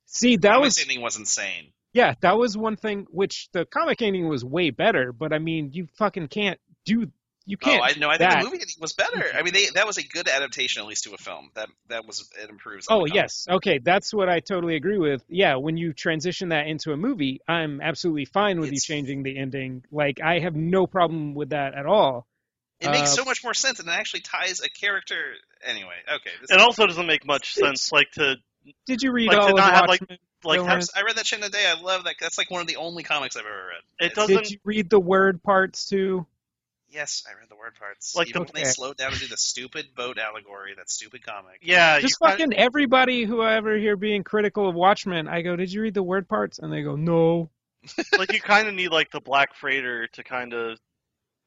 see, that
comics
was
ending was insane.
yeah, that was one thing which the comic ending was way better, but I mean, you fucking can't do you can't.
oh, I know. I think
that.
the movie ending was better. I mean, they, that was a good adaptation, at least to a film. That that was it improves. on
Oh
the comic.
yes, okay, that's what I totally agree with. Yeah, when you transition that into a movie, I'm absolutely fine with
It's-
you changing the ending. Like I have no problem with that at all.
It makes
Uh,
so much more sense, and it actually ties a character. Anyway, okay. This
It also doesn't make much sense, like to
Did you read
Like,
all
did
of
not have, like,
Watchmen?
like
Don't
I'm s- I read that shit in a day. I love that. That's like one of the only comics I've ever read.
it
It's-
doesn't
Did you read the word parts too?
Yes, I read the word parts.
Like
Even
the-
when they
Okay.
slowed down and do the stupid boat allegory, that stupid comic.
yeah,
Just
Uh, you
fucking everybody who I ever hear being critical of Watchmen, I go, "Did you read the word parts?" And they go, "No."
Kinda, like you kind of need like the Black Freighter to kind of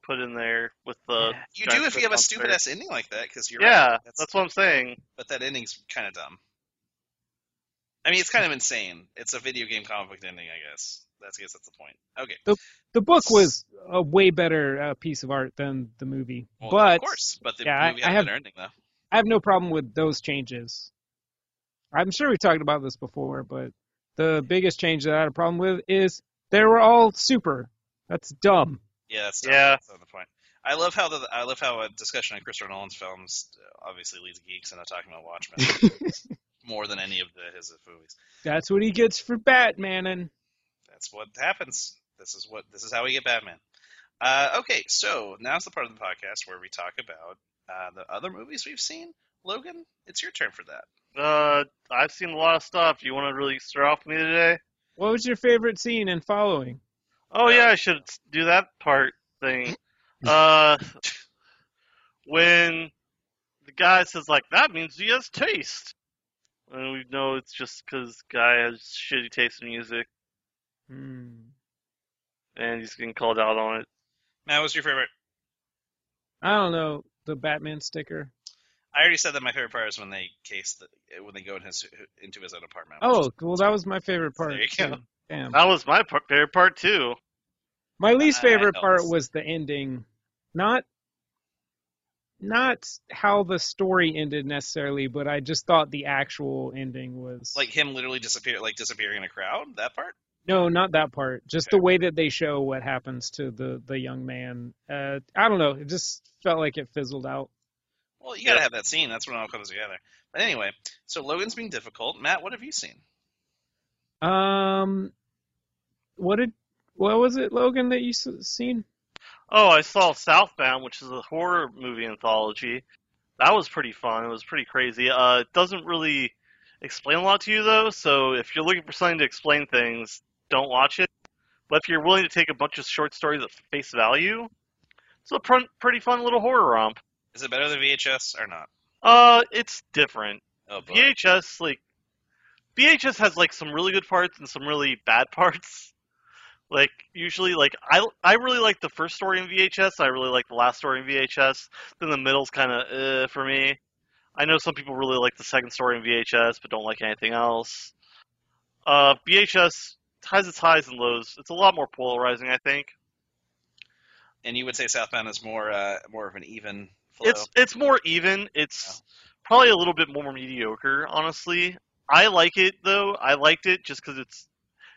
put in there with the
Yeah.
You
Jack
do if you have a
Kirkhoff's
stupid ass ending like that, because you're
there. yeah.
right.
That's, what I'm saying.
But that ending's kind of dumb. I mean, it's kind of insane. It's a video game comic book ending, I guess. That's, I guess that's the point. Okay.
The book was a way better uh, piece of art than the movie,
Well,
but
of course, but the
yeah, I-
movie
I
had a
have-
better ending though.
I have no problem with those changes. I'm sure we talked about this before, but the biggest change that I had a problem with is they were all super. That's dumb.
Yeah, that's
Yeah.
That's not the point. I love how the I love how a discussion on Christopher Nolan's films uh, obviously leads geeks into talking about Watchmen more than any of the, his movies.
That's what he gets for Batman and
That's what happens. This is what this is how we get Batman. Uh, okay, so now's the part of the podcast where we talk about uh, the other movies we've seen. Logan, it's your turn for that.
Uh, I've seen a lot of stuff. You want to really start off with me today?
what was your favorite scene in following?
Oh
Uh,
yeah, I should do that part thing. uh, when the guy says like that means he has taste, and we know it's just because guy has shitty taste in music,
Hmm.
and he's getting called out on it.
Matt, what's your favorite?
I don't know the Batman sticker.
I already said that my favorite part is when they case the, when they go in his, into his own apartment.
Oh, well, that was my favorite part.
There you go. Oh,
too. Damn.
That was my part, favorite part too.
My least
I- I
favorite
know
part
this.
was the ending. Not not how the story ended necessarily, but I just thought the actual ending was
like him literally disappear, like disappearing in a crowd. That part.
No, not that part. Just
Okay.
the way that they show what happens to the the young man. Uh, I don't know. It just felt like it fizzled out.
Well, you gotta have that scene. That's when it all comes together. But anyway, so Logan's being difficult. Matt, what have you seen?
Um, what did what was it, Logan, that you s- seen?
Oh, I saw Southbound, which is a horror movie anthology. That was pretty fun. It was pretty crazy. Uh, it doesn't really explain a lot to you, though, so if you're looking for something to explain things, don't watch it. But if you're willing to take a bunch of short stories at face value, it's a pr- pretty fun little horror romp.
Is it better than VHS or not?
Uh, it's different.
Oh boy.
VHS, like, VHS has, like, some really good parts and some really bad [LAUGHS] parts. Like, usually, like, I, I really like the first story in VHS. I really like the last story in VHS. Then the middle's kind of uh, for me. I know some people really like the second story in VHS, but don't like anything else. Uh, VHS has its highs and lows. It's a lot more polarizing, I think.
And you would say Southbound is more uh, more of an even flow.
It's it's more even. It's probably a little bit more mediocre, honestly. I like it though. I liked it just because it's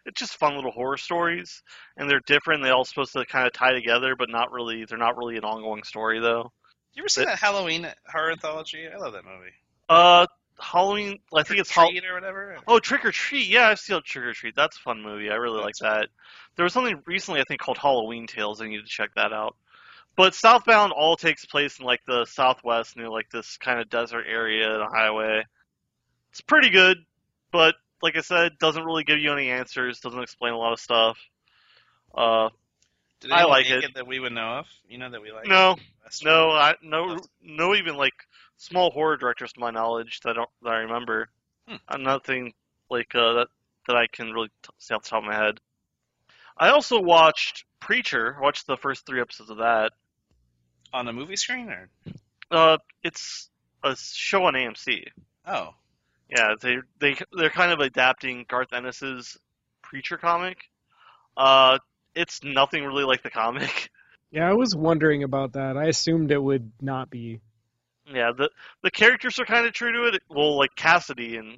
it's just fun little horror stories, and they're different. They all supposed to kind of tie together, but not really. They're not really an ongoing story though.
you ever seen that Halloween horror anthology? I love that movie.
Uh, Halloween. I think it's Halloween.
Treat or whatever.
Oh, Trick or Treat. Yeah, I've seen Trick or Treat. That's a fun movie. I really like that. There was something recently I think called Halloween Tales. I need to check that out. But Southbound all takes place in like the Southwest near like this kind of desert area and a highway. It's pretty good, but like I said, doesn't really give you any answers. Doesn't explain a lot of stuff. Uh,
Did
I
anyone
like
make
it.
that we would know of. You know that we like.
no,
That's
no,
true.
I, no, no, even like small horror directors to my knowledge that I don't that I remember.
Hmm.
Uh, Nothing like uh, that that I can really t- see off the top of my head. I also watched Preacher. I Watched the first three episodes of that.
On a movie screen or
Uh, it's a show on AMC.
oh.
Yeah, they they they're kind of adapting Garth Ennis's Preacher comic. Uh, it's nothing really like the comic. [LAUGHS]
Yeah, I was wondering about that. I assumed it would not be.
Yeah, the the characters are kind of true to it. Well, like Cassidy and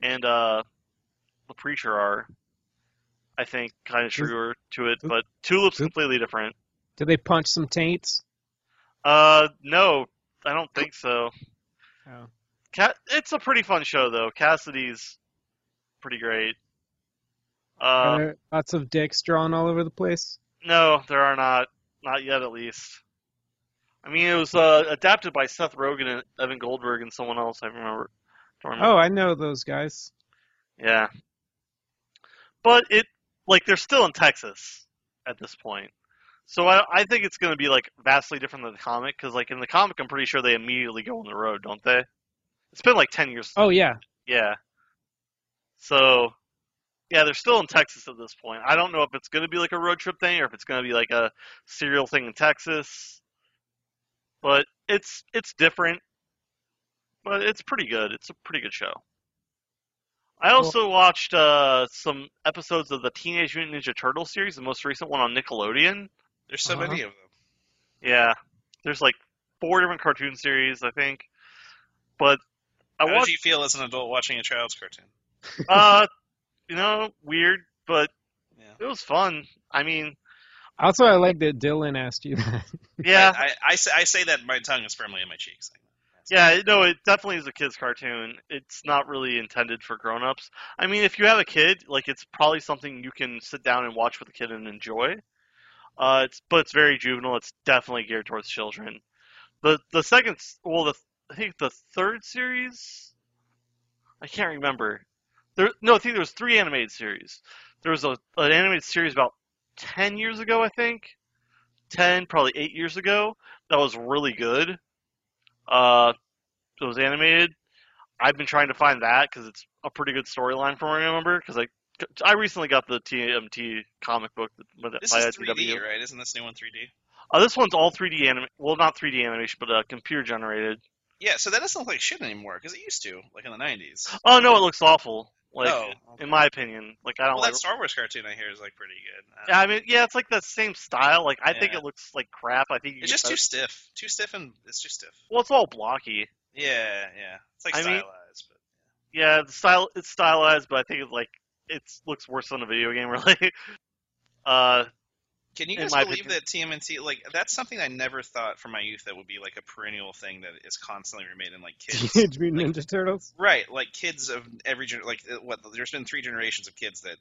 and uh, the preacher are, I think, kind of truer to it. But Tulip's completely different.
Did they punch some taints?
Uh, no, I don't think so.
Oh.
Cat, it's a pretty fun show though. Cassidy's pretty great.
Are
Uh,
there lots of dicks drawn all over the place.
no, there are not, not yet at least. I mean, it was uh, adapted by Seth Rogen and Evan Goldberg and someone else. I remember. Don't remember.
Oh, I know those guys.
Yeah. But it like they're still in Texas at this point. So I I think it's going to be like vastly different than the comic cuz like in the comic I'm pretty sure they immediately go on the road, don't they? It's been like 10 years.
Oh yeah,
Yeah. So yeah, they're still in Texas at this point. I don't know if it's going to be like a road trip thing or if it's going to be like a serial thing in Texas. But it's it's different. But it's pretty good. It's a pretty good show. I also watched uh, some episodes of the Teenage Mutant Ninja Turtle series, the most recent one on Nickelodeon.
There's so
Uh-huh.
many of them.
Yeah, there's like four different cartoon series, I think. But I
How
watched.
did you feel as an adult watching a child's cartoon?
uh, you know, weird, but
Yeah.
it was fun. I mean,
Also, I like that Dylan asked
[LAUGHS]
you that.
yeah,
I, I, I, say, I say that my tongue is firmly in my cheeks.
yeah, no, it definitely is a kids' cartoon. It's not really intended for grown-ups. I mean, if you have a kid, like it's probably something you can sit down and watch with a kid and enjoy. Uh, it's but it's very juvenile. It's definitely geared towards children. The the second, s- well, the I think the third series, I can't remember. There, no, I think there was three animated series. There was a, an animated series about ten years ago, I think, ten, probably eight years ago. That was really good. Uh, it was animated. I've been trying to find that because it's a pretty good storyline from what I remember. Because I, I recently got the TMT comic book that- by
This is 3D,
IDW.
right? Isn't this new one 3D?
Uh, this one's all 3D anime. Well, not 3D animation, but uh, computer generated.
Yeah, so that doesn't look like shit anymore because it used to, like in the 90s.
Oh no, it looks awful. Like
Oh, okay.
in my opinion, like I don't
Well,
like.
that Star Wars cartoon I hear is like pretty good. Uh,
I mean, yeah, it's like the same style. Like I think
Yeah.
it looks like crap. I think you get
it's just too
better-
stiff. Too stiff and it's too stiff.
well, it's all blocky.
Yeah, yeah. It's like
I mean-
stylized.
Yeah, the style it's [LAUGHS] stylized, but I think it's like it looks worse than a video game. Really, uh,
Can you
In
guys
my
believe
opinion.
that TMNT like that's something I never thought from my youth that would be like a perennial thing that is constantly remade in
[LAUGHS]
like kids.
Teenage Mutant Ninja Turtles.
right, like kids of every gen- like uh, what there's been three generations of kids that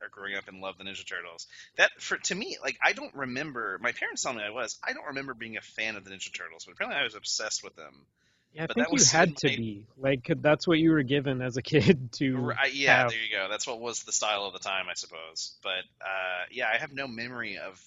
are growing up and love the Ninja Turtles. That for to me, like I don't remember my parents telling me I was. I don't remember being a fan of the Ninja Turtles, but apparently I was obsessed with them.
Yeah, I
But
think
that
you
was
had
in
to
my-
be like 'cause that's what you were given as a kid [LAUGHS] to.
Right, yeah,
have-
there you go. That's what was the style of the time, I suppose. But uh, yeah, I have no memory of,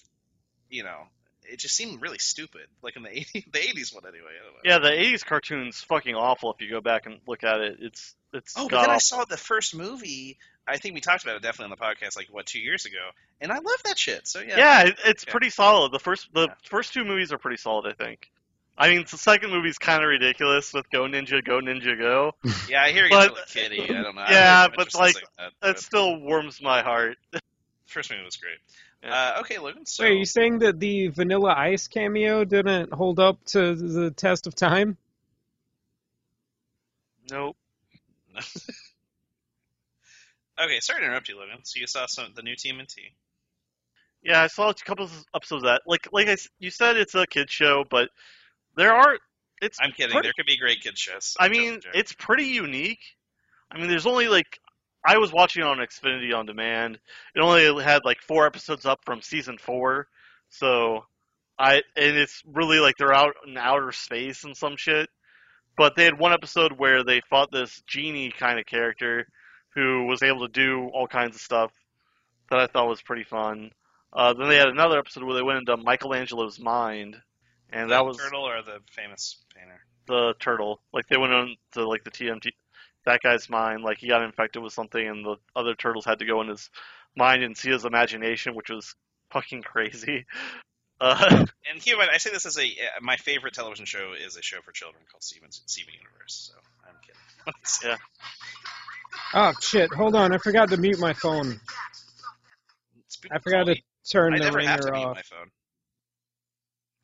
you know, it just seemed really stupid. Like in the [LAUGHS] 80s, the 80s one anyway. I don't know.
Yeah, the '80s cartoon's fucking awful. If you go back and look at it, it's it's
Oh, but
god
then I
awful.
saw the first movie. I think we talked about it definitely on the podcast, like what two years ago, and I love that shit. So yeah,
Yeah, it, it's
Yeah.
pretty solid. The first the
Yeah.
first two movies are pretty solid, I think. I mean, the second movie's kind of ridiculous with Go Ninja, Go Ninja, Go.
yeah, I hear you
But-
little kitty. I don't know. I
Yeah,
have no
but,
interest in
like,
saying that,
That
but
still warms my heart.
first movie was great.
Yeah.
Uh, okay, Logan. So
Wait, are you saying that the Vanilla Ice cameo didn't hold up to the test of time?
Nope.
okay, sorry to interrupt you, Logan. So you saw some the new TMNT.
Yeah, I saw a couple of episodes of that. Like like I s you said, it's a kid show, but there are. It's
I'm kidding.
Pretty-
There could be great kid shows.
I mean,
Joke.
it's pretty unique. I mean, there's only like I was watching it on Xfinity on demand. It only had like four episodes up from season four, so I and it's really like they're out in outer space and some shit. But they had one episode where they fought this genie kind of character who was able to do all kinds of stuff that I thought was pretty fun. Uh, then they had another episode where they went into Michelangelo's mind, and that
The
was
turtle or the famous painter.
the turtle. Like they went on to like the TMT. That guy's mind, like he got infected with something, and the other turtles had to go in his mind and see his imagination, which was fucking crazy. [LAUGHS] Uh,
And keep in mind, I say this as a uh, my favorite television show is a show for children called Steven's Steven Universe. So I'm kidding. [LAUGHS]
Oh shit! Hold on, I forgot to mute my phone.
It's people
I forgot to
call me.
turn
I
the
never have to
ringer
mute
off.
my phone.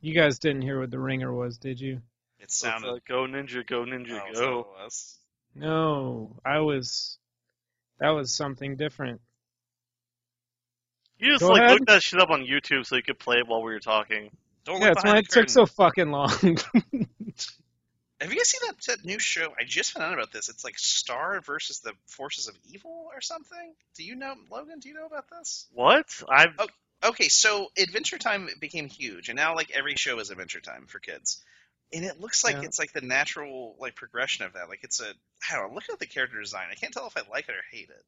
You guys didn't hear what the ringer was, did you?
It sounded.
it's, uh, go ninja, go ninja,
oh, so
go.
it was.
No, I was. That was something different.
You just
Go
like
ahead.
look that shit up on YouTube so you could play it while we were talking.
Don't
Yeah,
look
that's why
behind the
it took
curtain.
so fucking long. [LAUGHS]
Have you guys seen that, that new show? I just found out about this. It's like Star versus the Forces of Evil or something. Do you know, Logan? Do you know about this?
What? I've
Oh. Okay, so Adventure Time became huge, and now like every show is Adventure Time for kids, and it looks like
Yeah.
it's like the natural like progression of that. Like it's a I don't know. Look at the character design. I can't tell if I like it or hate it.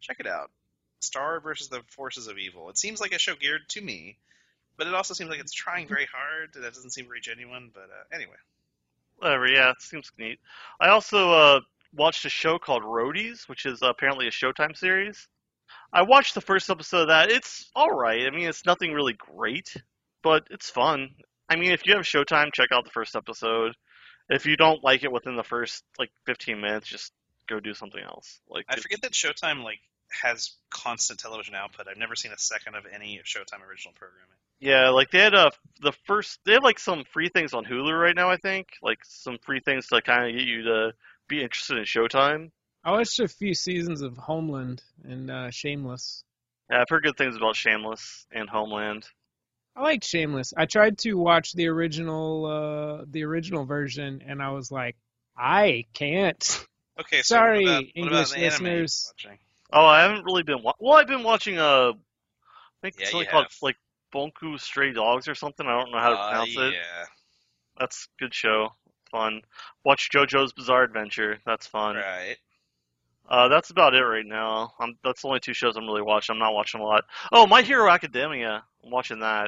Check it out. Star versus the Forces of Evil. It seems like a show geared to me, but it also seems like it's trying very hard. and That doesn't seem very genuine. But uh, anyway,
whatever. Yeah, it seems neat. I also uh, watched a show called Roadies, which is uh, apparently a Showtime series. I watched the first episode of that. It's all right. I mean, it's nothing really great, but it's fun. I mean, if you have Showtime, check out the first episode. If you don't like it within the first like 15 minutes, just go do something else. Like
I
it-
forget that Showtime like has constant television output. I've never seen a second of any of Showtime original programming.
Yeah, like they had uh the first they have like some free things on Hulu right now, I think. Like some free things to kind of get you to be interested in Showtime.
I watched a few seasons of Homeland and uh, Shameless.
Yeah, I've heard good things about Shameless and Homeland.
I liked Shameless. I tried to watch the original, uh, the original version, and I was like, I can't. [LAUGHS]
Okay, so
Sorry,
what about, what about
English
the anime you've been
listeners.
watching?
Oh, I haven't really been wa- well. I've been watching uh, I think
Yeah,
it's something
you
called
have.
like Bunku Stray Dogs or something. I don't know how to
Uh,
pronounce it.
yeah.
That's a good show, fun. Watch JoJo's Bizarre Adventure. That's fun.
Right.
Uh, that's about it right now. I'm, that's the only two shows I'm really watching. I'm not watching a lot. Oh, My Hero Academia. I'm watching that.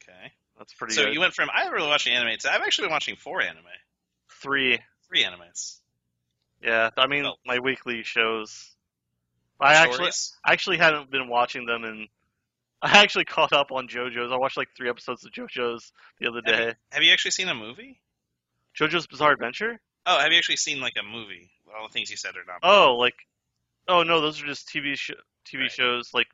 Okay.
That's pretty
So
good.
you went from I haven't really watched anime to I've actually been watching four anime,
Three.
three animes.
Yeah, I mean
Oh.
my weekly shows. I actually
Stories?
I actually hadn't been watching them, and [LAUGHS] I actually caught up on JoJo's. I watched like three episodes of JoJo's the other
Have you-
day.
Have you actually seen a movie?
JoJo's Bizarre Adventure?
Oh, have you actually seen like a movie? All the things you said are not.
Oh, like, oh no, those are just TV sh- TV
Right.
shows. Like,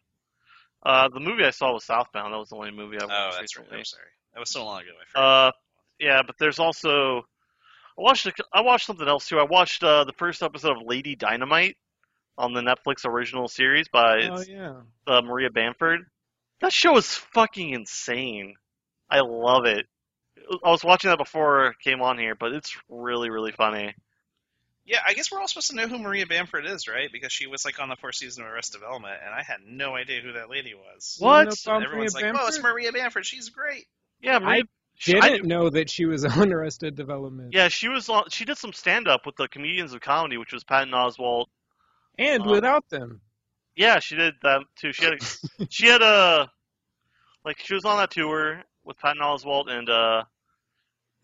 uh, the movie I saw was Southbound. That was the only movie I watched
oh, that's right.
recently.
I'm sorry. That was so long ago. I forgot.
Uh, yeah, but there's also I watched a, I watched something else too. I watched uh, the first episode of Lady Dynamite on the Netflix original series by
Oh
it's,
yeah.
uh, Maria Bamford. That show is fucking insane. I love it. I was watching that before I came on here, but it's really, really funny.
Yeah, I guess we're all supposed to know who Maria Bamford is, right? Because she was like on the fourth season of Arrested Development, and I had no idea who that lady was.
You know
What?
about
And everyone's
Maria
like, "Oh, it's
Bamford?
Maria Bamford. She's great."
Yeah, Maria,
Didn't
I-
know that she was [LAUGHS] on Arrested Development.
yeah, she was on. She did some stand up with the comedians of comedy, which was Patton Oswalt.
And
Uh,
without them.
Yeah, she did that too. She had
[LAUGHS]
a, she had a like she was on that tour with Patton Oswalt and uh,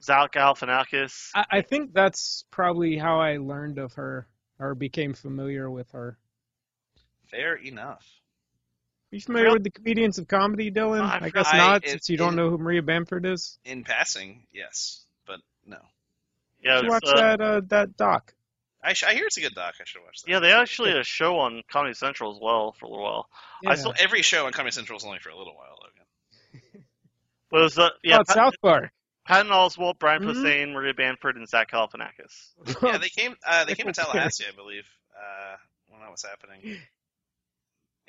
Zach Galifianakis.
I, I think that's probably how I learned of her or became familiar with her.
Fair enough.
Are you familiar
Really?
with the comedians of comedy, Dylan?
I
I
fr-
guess
I-
not,
it-
since you don't
it-
know who Maria Bamford is.
In passing, yes, but no.
yeah,
Did you
it's,
watch
uh,
that uh, that doc?
I, sh- I hear it's a good doc. I should watch that.
yeah, they actually had a show on Comedy Central as well for a little while.
I
Yeah.
still every show on Comedy Central is only for a little while, Logan.
But it was uh, yeah,
oh, it's
Pat-
South Park.
Patton Oswalt, Brian
Mhm.
Posehn, Maria Bamford, and Zach Galifianakis.
yeah,
[LAUGHS]
they came. Uh, they came to
Okay.
Tallahassee, I believe, uh, when that was happening.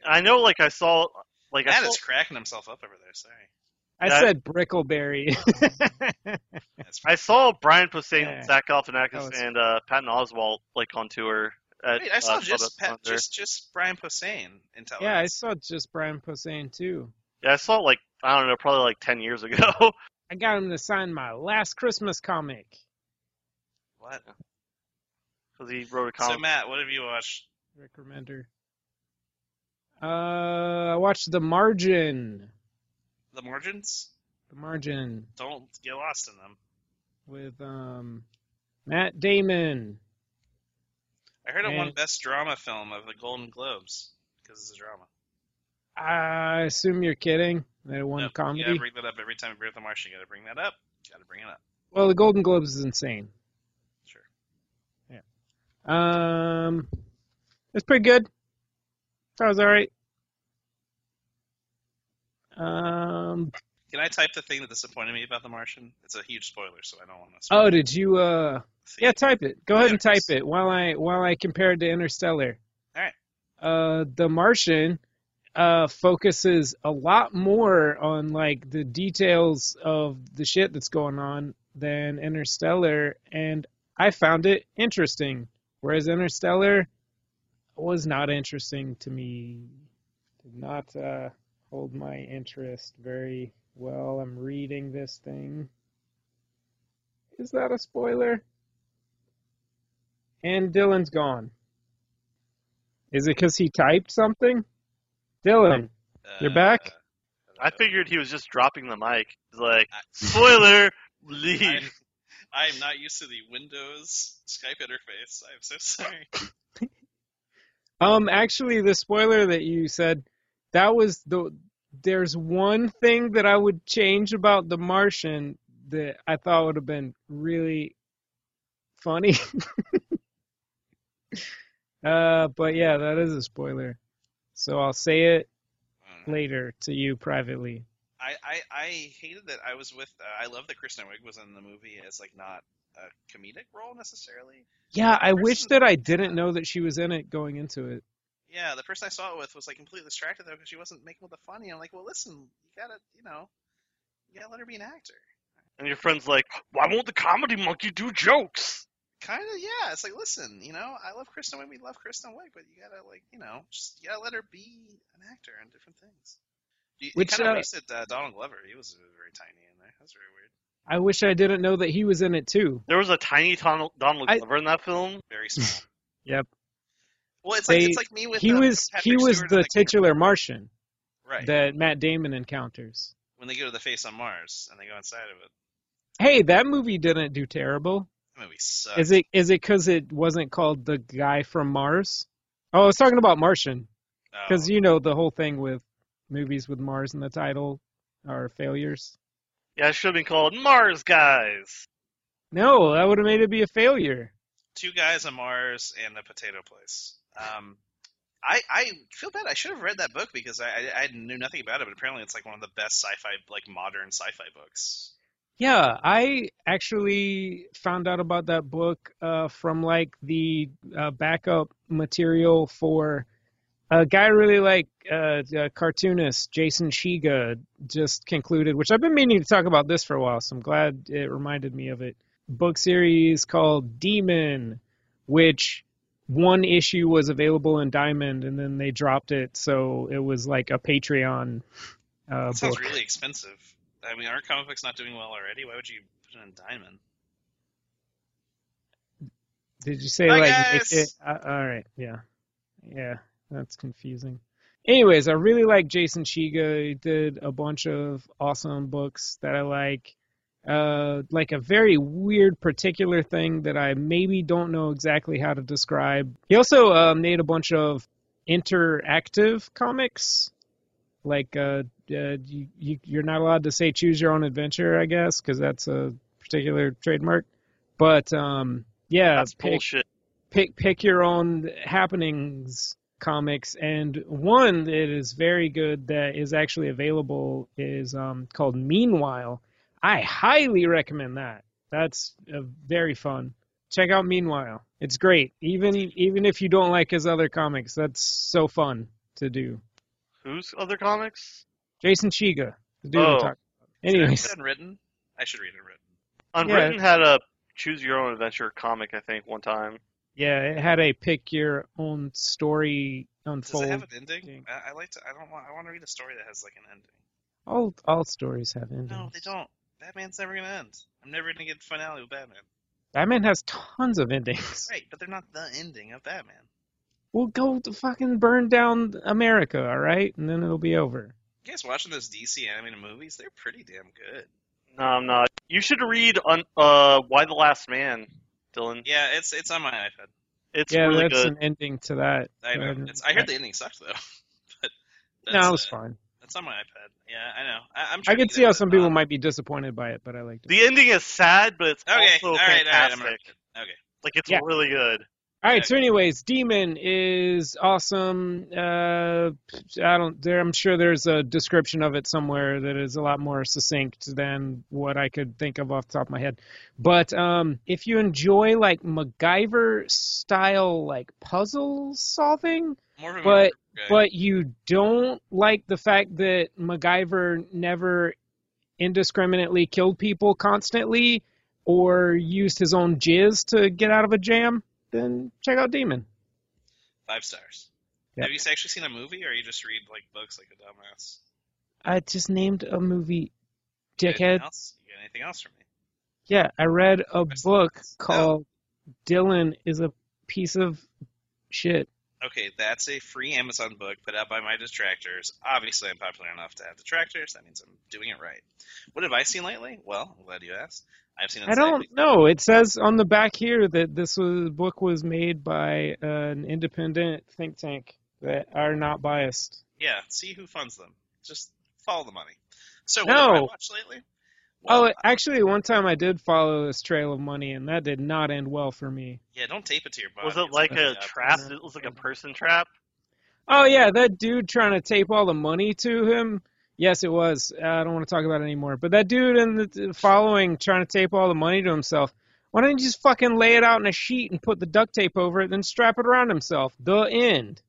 I know, like I saw, like I
Matt
saw,
is cracking himself up over there. Sorry,
I
that-
said
[LAUGHS]
Brickleberry. [LAUGHS]
that's
I saw Brian Posehn,
Yeah.
Zach
That
Galifianakis,
was-
and uh, Patton Oswalt like on tour. At,
Wait, I saw
uh, Club
just Pat,
Thunder.
just just Brian Posehn in Tallahassee.
yeah, I saw just Brian Posehn too.
yeah, I saw it, like I don't know, probably like ten years ago. [LAUGHS]
I got him to sign my last Christmas comic.
what?
because he wrote a
So
comic.
Matt, what have you watched?
Recommender. Uh, I watched The Margin.
The Margins?
The Margin
Don't get lost in them.
with um, Matt Damon.
I heard it
Man.
won best drama film of the Golden Globes because it's a drama.
I assume you're kidding. They won
Yep,
comedy.
Yeah, bring that up every time we bring up the Martian. You got to bring that up. Got to bring it up.
Well, the Golden Globes is insane.
Sure.
Um, it's pretty good. That was all right. Um.
Can I type the thing that disappointed me about the Martian? It's a huge spoiler, so I don't want to.
Oh, did you? Uh. Yeah, type it. Go ahead and type
Yes.
it while I while I compare it to Interstellar.
All right.
Uh, The Martian uh focuses a lot more on like the details of the shit that's going on than Interstellar, and I found it interesting. Whereas Interstellar was not interesting to me. Did not uh, hold my interest very well. I'm reading this thing. Is that a spoiler? And Dylan's gone. Is it because he typed something? Dylan, You're
Uh,
back?
I figured he was just dropping the mic. He's
[LAUGHS]
like, [LAUGHS]
I-
spoiler, leave.
I'm, I'm not used to the Windows Skype interface. I'm so sorry.
Um, actually, the spoiler that you said, that was the. There's one thing that I would change about The Martian that I thought would have been really funny. [LAUGHS] uh, but yeah, that is a spoiler. So I'll say it later to you privately.
I, I, I hated that I was with. Uh, I love that Kristen Wiig was in the movie as like not a comedic role necessarily.
Yeah, I wish that I didn't know that she was in it going into it.
Yeah, the person I saw it with was like completely distracted though because she wasn't making all the funny. I'm like, well, listen, you gotta, you know, you gotta let her be an actor.
And your friend's like, why won't the comedy monkey do jokes?
Kind of, yeah. It's like, listen, you know, I love Kristen Wiig. We love Kristen Wiig, but you gotta like, you know, just you gotta let her be an actor in different things. You,
Which,
kind of
uh,
wasted uh, Donald Glover. He was very tiny in there. That's very weird.
I wish I didn't know that he was in it too.
There was a tiny Donald, Donald
I-
Glover in that film.
Very small.
[LAUGHS] Yep.
Well, it's
They-
like it's like me with
He
uh,
was he
Patrick
was
Stewart and
the
the King-
titular Martian
right
that Matt Damon encounters.
when they go to the face on Mars and they go inside of it.
Hey, that movie didn't do terrible.
That movie sucks.
Is it is it because it wasn't called The Guy from Mars? Oh, I was talking about Martian because
Oh.
you know the whole thing with movies with Mars in the title are failures.
Yeah, it should have been called Mars Guys.
No, that would have made it be a failure.
two guys on Mars and a potato place. Um, I I feel bad. I should have read that book because I, I I knew nothing about it, but apparently it's like one of the best sci-fi like modern sci-fi books.
Yeah, I actually found out about that book uh, from like the uh, backup material for A guy I really like uh, uh, cartoonist Jason Shiga just concluded, which I've been meaning to talk about this for a while, so I'm glad it reminded me of it. Book series called Demon, which one issue was available in Diamond, and then they dropped it, so it was like a Patreon uh,
That sounds
book.
really expensive. I mean, aren't comic books not doing well already? Why would you put it in Diamond?
Did you say
I
like
guess.
it- it- uh, all right, yeah. Yeah, that's confusing. Anyways, I really like Jason Shiga. He did a bunch of awesome books that I like. Uh, like a very weird particular thing that I maybe don't know exactly how to describe. He also um, made a bunch of interactive comics. Like uh, uh, you, you, you're not allowed to say choose your own adventure, I guess, because that's a particular trademark. But um, yeah,
That's
pick-
bullshit.
pick pick your own happenings comics and one that is very good that is actually available is um, called meanwhile i highly recommend that that's uh, very fun check out meanwhile it's great even even if you don't like his other comics that's so fun to do
Who's other comics?
jason shiga the dude I'm
Oh.
talking about.
Is it
anyways
unwritten? I should read it written.
Unwritten had a choose your own adventure comic, I think, one time.
yeah it had a pick your own story
Does it have
unfold
an ending?
Ding.
I, I like to. I don't want. I want to read a story that has like an ending.
all all stories have endings
No, they don't. Batman's never gonna end. I'm never gonna get a finale with Batman.
Batman has tons of endings.
Right, but they're not the ending of Batman.
We'll go to fucking burn down America, all right? And then it'll be over.
You guys watching those DC animated movies? They're pretty damn good.
No, I'm not. You should read un- uh, Why the Last Man, Dylan.
Yeah, it's it's on my iPad.
It's
yeah,
really
that's
good.
an ending to that.
I know.
Uh,
It's, I heard the ending sucked though. [LAUGHS] but that's,
no, it's
uh,
fine.
That's on my iPad. Yeah, I know. I, I'm.
I
trying to
could
get
see how
into
some
the
people
non-
might be disappointed by it, but I liked it.
The ending is sad, but it's
Okay, all
also
right, all right. I'm
fantastic.
gonna read it. uh, Okay.
like it's
Yeah.
really good.
all right, so anyways, Demon is awesome. Uh, I don't. There, I'm sure there's a description of it somewhere that is a lot more succinct than what I could think of off the top of my head. But um, if you enjoy like MacGyver style like puzzle solving,
More of a
But-
okay.
but you don't like the fact that MacGyver never indiscriminately killed people constantly or used his own jizz to get out of a jam, then check out Demon.
five stars.
Yeah.
Have you actually seen a movie, or you just read like books like a dumbass?
I just named a movie,
You got
dickhead.
Anything else? You got anything else for me?
Yeah, I read a
Rest in
book
peace. No.
called Dylan is a piece of shit.
Okay, that's a free Amazon book put out by my detractors. Obviously, I'm popular enough to have detractors. That means I'm doing it right. What have I seen lately? Well, I'm glad you asked. I've seen.
I don't know. It says on the back here that this was, book was made by uh, an independent think tank that are not biased.
Yeah, see who funds them. Just follow the money. So what
No.
have I watched lately?
Oh,
Well,
actually, one time I did follow this trail of money, and that did not end well for me.
yeah, don't tape it to your body.
Was it
It's
like
not
a
up.
trap? It was like a person trap.
Oh yeah, that dude trying to tape all the money to him. Yes, it was. Uh, I don't want to talk about it anymore. But that dude in the the following trying to tape all the money to himself. Why don't you just fucking lay it out in a sheet and put the duct tape over it, then strap it around himself? The end.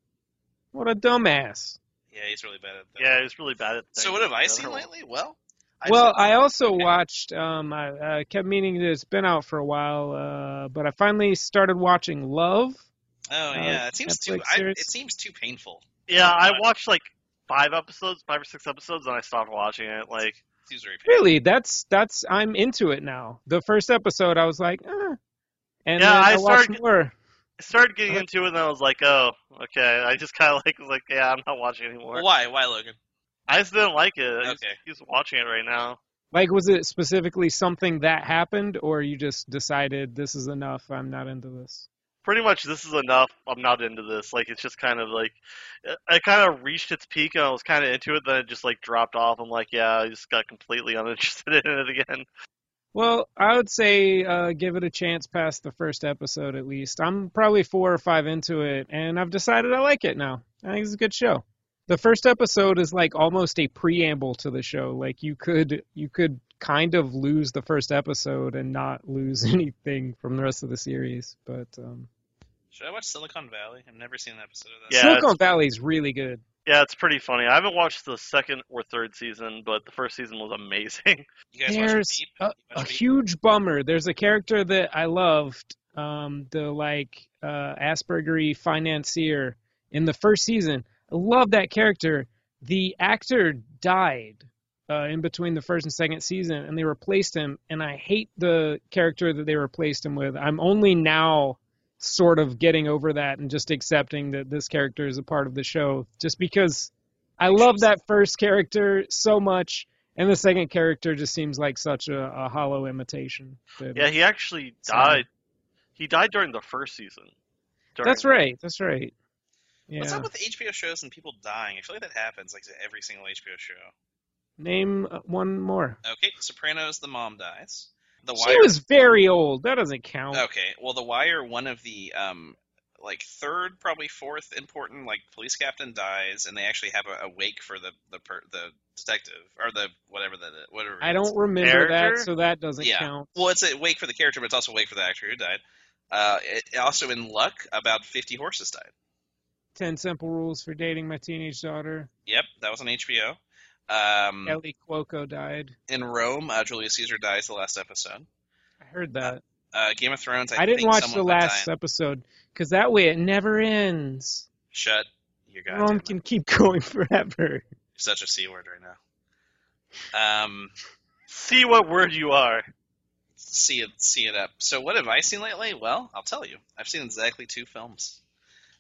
What a dumbass.
Yeah, he's really bad at that.
Yeah, it was really bad at.
So what have I seen lately? Well, I've
well,
seen-
I also
Okay.
watched. Um, I, I kept meaning that it's been out for a while, uh, but I finally started watching Love.
Oh
uh,
yeah, it seems too.
Netflix
I,
series.
it seems too painful.
Yeah, I watched like five episodes, five or six episodes, and I stopped watching it. Like,
It seems very painful.
Really, that's that's I'm into it now. The first episode, I was like, eh. and
Yeah,
then I,
I
watched
started-
more.
I started
Uh-huh.
getting into it, and I was like, oh, okay. I just kind of like was like, yeah, I'm not watching anymore.
Why? Why, Logan?
I just didn't like it. I just-
Okay.
He's watching it right now.
Like, was it specifically something that happened, or you just decided this is enough? I'm not into this.
Pretty much, this is enough. I'm not into this. Like, it's just kind of like, I kind of reached its peak, and I was kind of into it. Then it just like dropped off. I'm like, yeah, I just got completely [LAUGHS] uninterested in it again.
Well, I would say uh, give it a chance past the first episode at least. I'm probably four or five into it, and I've decided I like it now. I think it's a good show. The first episode is like almost a preamble to the show. Like you could you could kind of lose [LAUGHS] the first episode and not lose anything from the rest of the series. But um,
Should I watch Silicon Valley? I've never seen an episode of that.
Yeah,
Silicon
it's-
Valley's really good.
Yeah, it's pretty funny. I haven't watched the second or third season, but the first season was amazing. [LAUGHS]
You guys watch
There's
Veep?
a,
You
a
watch Veep?
huge bummer. There's a character that I loved, um, the like uh, Aspergery financier in the first season. I love that character. The actor died uh, in between the first and second season, and they replaced him. And I hate the character that they replaced him with. I'm only now sort of getting over that and just accepting that this character is a part of the show, just because I love that first character so much. And the second character just seems like such a, a hollow imitation. that-
Yeah, he actually
So-
died. He died during the first season. During-
that's right. That's right. Yeah.
What's up with HBO shows and people dying? I feel like that happens like to every single HBO show.
Name uh, one more.
Okay, Sopranos, the mom dies. The
She
Wire.
was very old. That doesn't count.
Okay, well, The Wire, one of the um, like third, probably fourth important like police captain dies, and they actually have a, a wake for the the per, the detective or the whatever that whatever.
I
it is.
don't remember that,
Character?
so that doesn't
Yeah.
count.
Well, it's a wake for the character, but it's also a wake for the actor who died. Uh, it, also in Luck, about fifty horses died.
Ten simple rules for dating my teenage daughter.
Yep, that was on HBO. Um,
Ellie Cuoco died.
In Rome, uh, Julius Caesar dies the last episode.
I heard that.
Uh, Game of Thrones. I,
I, didn't
think
watch the
someone would die
last
in-
episode because that way it never ends.
Shut your goddamn
Rome
mouth.
can keep [LAUGHS] going forever.
You're such a c word right now. Um,
See what word you are.
see it, see it up. So what have I seen lately? Well, I'll tell you. I've seen exactly two films.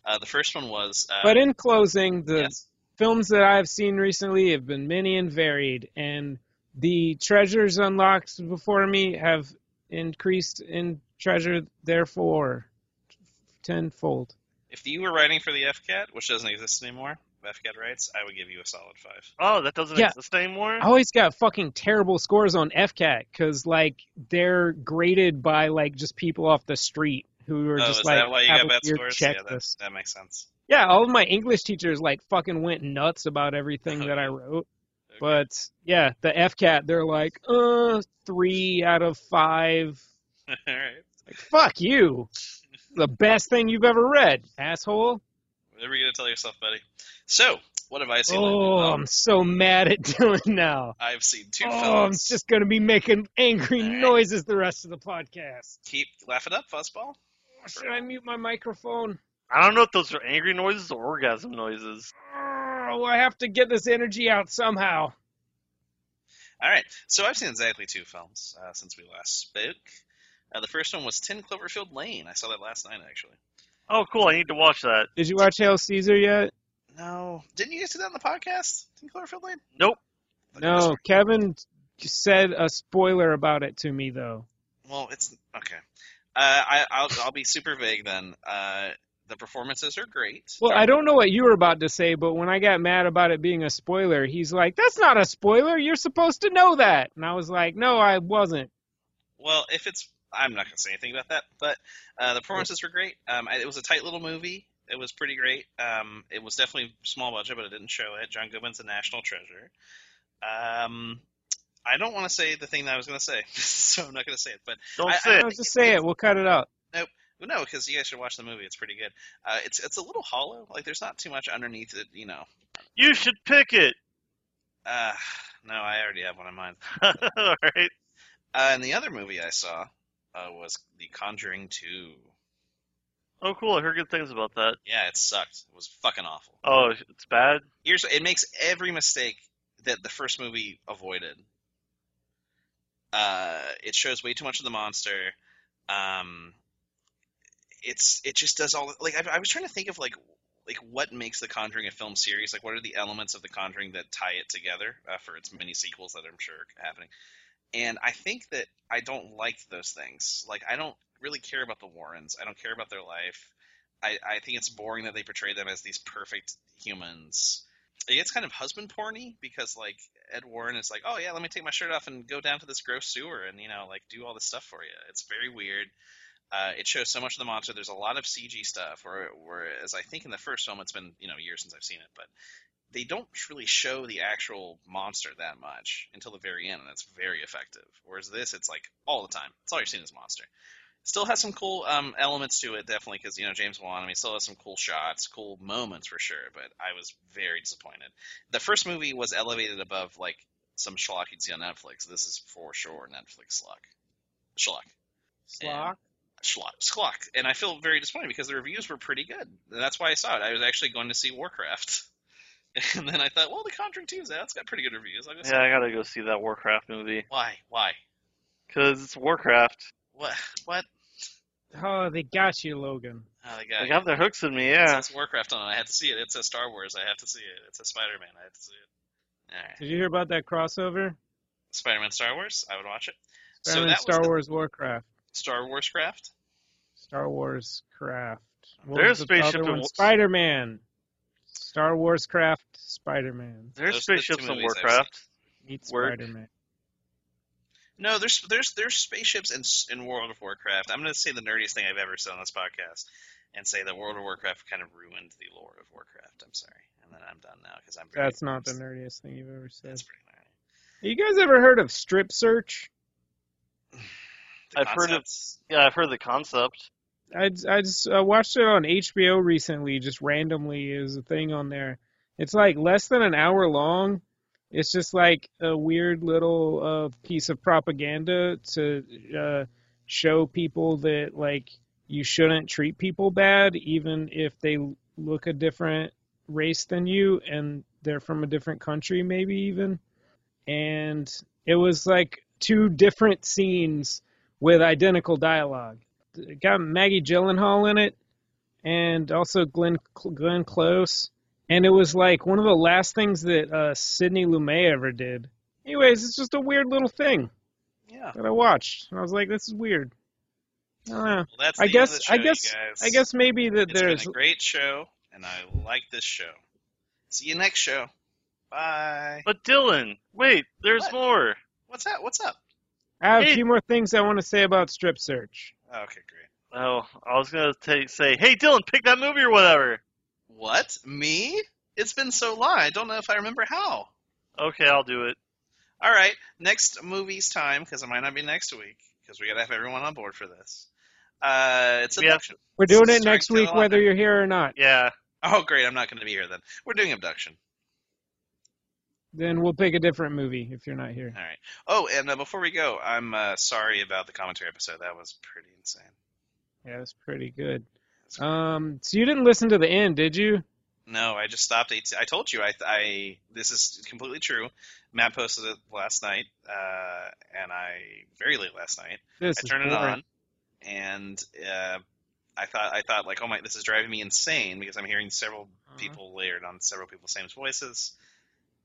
Uh, the first one was. Uh,
But in closing, the
yes.
films that I've seen recently have been many and varied, and the treasures unlocked before me have increased in treasure, therefore, tenfold.
If you were writing for the FCAT, which doesn't exist anymore, FCAT writes, I would give you a solid five.
Oh, that doesn't
Yeah.
exist anymore.
I always got fucking terrible scores on FCAT because like they're graded by like just people off the street who are
oh,
just
is
like
that why you
have
got
a
bad
weird
scores? Yeah, that,
checklist.
that makes sense. [LAUGHS]
Yeah, all of my English teachers like fucking went nuts about everything that
[LAUGHS]
I wrote.
Okay.
But yeah, the FCAT they're like, uh, three out of five.
All right.
Like, fuck you. The best thing you've ever read, asshole.
Whatever you gonna tell yourself, buddy. So, what have I seen?
Oh,
lately?
I'm so mad at [LAUGHS] Dylan now.
I've seen two
Oh, I'm
films.
just gonna be making angry
All right.
noises the rest of the podcast.
Keep laugh it up, fuzzball.
Should I mute my microphone?
I don't know if those are angry noises or orgasm noises.
Oh, I have to get this energy out somehow.
All right. So I've seen exactly two films uh, since we last spoke. Uh, the first one was Ten Cloverfield Lane. I saw that last night, actually.
Oh, cool! I need to watch that.
Did you watch Hail Caesar yet?
No, didn't you guys do that on the podcast? Ten Cloverfield Lane?
Nope.
No, Kevin said a spoiler about it to me though.
Well, it's okay. Uh, I, I'll I'll be super vague then. Uh, the performances are great.
Well, I don't know what you were about to say, but when I got mad about it being a spoiler, he's like, "That's not a spoiler. You're supposed to know that." And I was like, "No, I wasn't."
Well, if it's, I'm not going to say anything about that. But uh, the performances were great. Um, I, it was a tight little movie. It was pretty great. Um, it was definitely small budget, but it didn't show it. John Goodman's a national treasure. Um, I don't want to say the thing that I was going to say, [LAUGHS] so I'm not going to say it. But
Don't
I- I
say
No,
it.
just say it. We'll cut it out.
well, no, because you guys should watch the movie. It's pretty good. Uh, it's it's a little hollow. Like there's not too much underneath it. You know.
You should pick it. [LAUGHS]
Uh, no, I already have one in mind.
All right.
Uh, and the other movie I saw uh, was The Conjuring 2.
Oh, cool! I heard good things about that.
Yeah, it sucked. It was fucking awful.
Oh, it's bad.
Here's it makes every mistake that the first movie avoided. Uh, it shows way too much of the monster. Um, it's it just does all like I, I was trying to think of like like what makes the Conjuring a film series? Like what are the elements of the Conjuring that tie it together uh, for its many sequels that I'm sure are happening? And I think that I don't like those things. Like I don't really care about the Warrens. I don't care about their life. I, I think it's boring that they portray them as these perfect humans. It gets kind of husband porny because like Ed Warren is like, oh yeah, let me take my shirt off and go down to this gross sewer and you know like do all this stuff for you. It's very weird. Uh, it shows so much of the monster. There's a lot of CG stuff, where, whereas I think in the first film it's been you know years since I've seen it, but they don't really show the actual monster that much until the very end, and that's very effective. Whereas this, it's like all the time. It's all you're seeing is monster Still has some cool um, elements to it, definitely, because you know James Wan. I mean, still has some cool shots, cool moments for sure. But I was very disappointed. The first movie was elevated above like some schlock you'd see on Netflix. This is for sure Netflix schlock, schlock,
Slock.
schlock, schlock. And I feel very disappointed because the reviews were pretty good. And that's why I saw it. I was actually going to see Warcraft, [LAUGHS] and then I thought, well, The Conjuring 2's out. It's got pretty good reviews. I'll go see
Yeah,
it.
I gotta go see that Warcraft movie
Why? Why?
because it's Warcraft.
What? What?
Oh, they got you, Logan.
Oh, they
They
got
got their hooks in me. Yeah.
It says Warcraft on it. I have to see it. It says Star Wars. I have to see it. It says Spider Man. I have to see it. All right.
Did you hear about that crossover?
Spider Man Star Wars. I would watch it. so
Spider-Man
that
Star
was the
Wars Warcraft.
Star Wars craft.
Star Wars Craft. What
There's
was the
Spaceship
other
and
one?
Wa-
Spider-Man. Star Wars Craft. Spider-Man.
There's
Those are the
spaceships
two
in
movies I've
Warcraft.
Meets
Work.
Spider-Man.
No, there's there's there's spaceships in s- in World of Warcraft. I'm gonna say the nerdiest thing I've ever said on this podcast, and say that World of Warcraft kind of ruined the lore of Warcraft. I'm sorry, and then I'm done now because I'm. very-
That's not the nerdiest thing you've ever said.
That's pretty nerdy.
You guys ever heard of strip search?
The
I've heard of-
concepts-
Yeah, I've heard the concept.
I I just uh, watched it on HBO recently. Just randomly is a thing on there. It's like less than an hour long. It's just like a weird little uh, piece of propaganda to uh, show people that like you shouldn't treat people bad, even if they l- look a different race than you and they're from a different country, maybe even. And it was like two different scenes with identical dialogue it got Maggie Gyllenhaal in it, and also Glenn Glenn Close, and it was like one of the last things that uh, Sidney Lumet ever did. Anyways, it's just a weird little thing
Yeah.
that I watched, and I was like, "This is weird." I don't know.
Well, that's
I
the end of
guess-
the show,
I
you
guess-
guys.
I guess maybe that
It's
there's
been a great show, and I like this show. See you next show. Bye.
But Dylan, wait, there's
What?
more.
What's that? What's up?
I have a
Hey.
few more things I want to say about strip search.
Oh, okay, great.
Oh, I was gonna ta say, hey Dylan, pick that movie or whatever.
What? Me? It's been so long. I don't know if I remember how.
Okay, I'll do it.
All right, next movie's time because it might not be next week because we gotta have everyone on board for this. Uh, it's
We have-
abduction.
We're doing it
Starring
next
Taylor
week, whether
Lautner.
you're here or not.
Yeah,
Oh, great! I'm not going to be here then. We're doing abduction.
Then we'll pick a different movie if you're not here.
All right. Oh, and uh, before we go, I'm uh, sorry about the commentary episode. That was pretty insane.
Yeah, that's pretty good.
Oh.
Um, so you didn't listen to the end, did you?
No, I just stopped. Eight, I told you, I, I this is completely true. Matt posted it last night, uh, and I very late last night.
This
I
is
turned it
boring.
on, and uh, I thought I thought like, oh my, this is driving me insane because I'm hearing several
Uh-huh.
people layered on several people's same voices.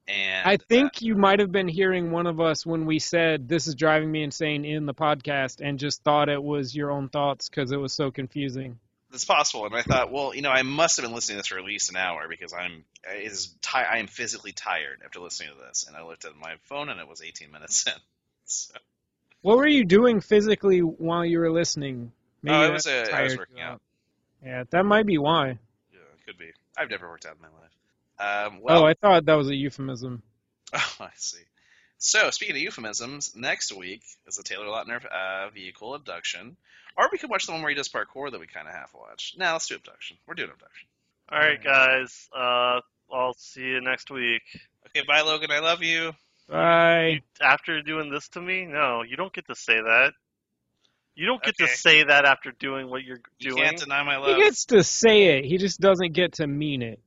And
I
uh,
think you might have been hearing one of us when we said this is driving me insane in the podcast and just thought it was your own thoughts because it was so confusing.
it's possible. And I thought, well, you know, I must have been listening to this for at least an hour because I'm it is ti- I am physically tired after listening to this. And I looked at my phone, and it was 18 minutes in. [LAUGHS] So,
What were you doing physically while you were listening?
Oh, I
that
was, uh, I was
tired
working
you
out.
Yeah, that might be why.
yeah, it could be. I've never worked out in my life. Um, well,
Oh, I thought that was a euphemism.
Oh, [LAUGHS] I see. So, speaking of euphemisms, next week is the Taylor Lautner uh, vehicle abduction. Or we could watch the one where he does parkour that we kind of half watched. Now let's do abduction. We're doing abduction.
All right, guys. Uh, I'll see you next week.
Okay, bye, Logan. I love you.
Bye.
After doing this to me, no, you don't get to say that. You don't get
Okay.
to say that after doing what you're
You
doing.
can't deny my
He
love.
gets to say it. He just doesn't get to mean it.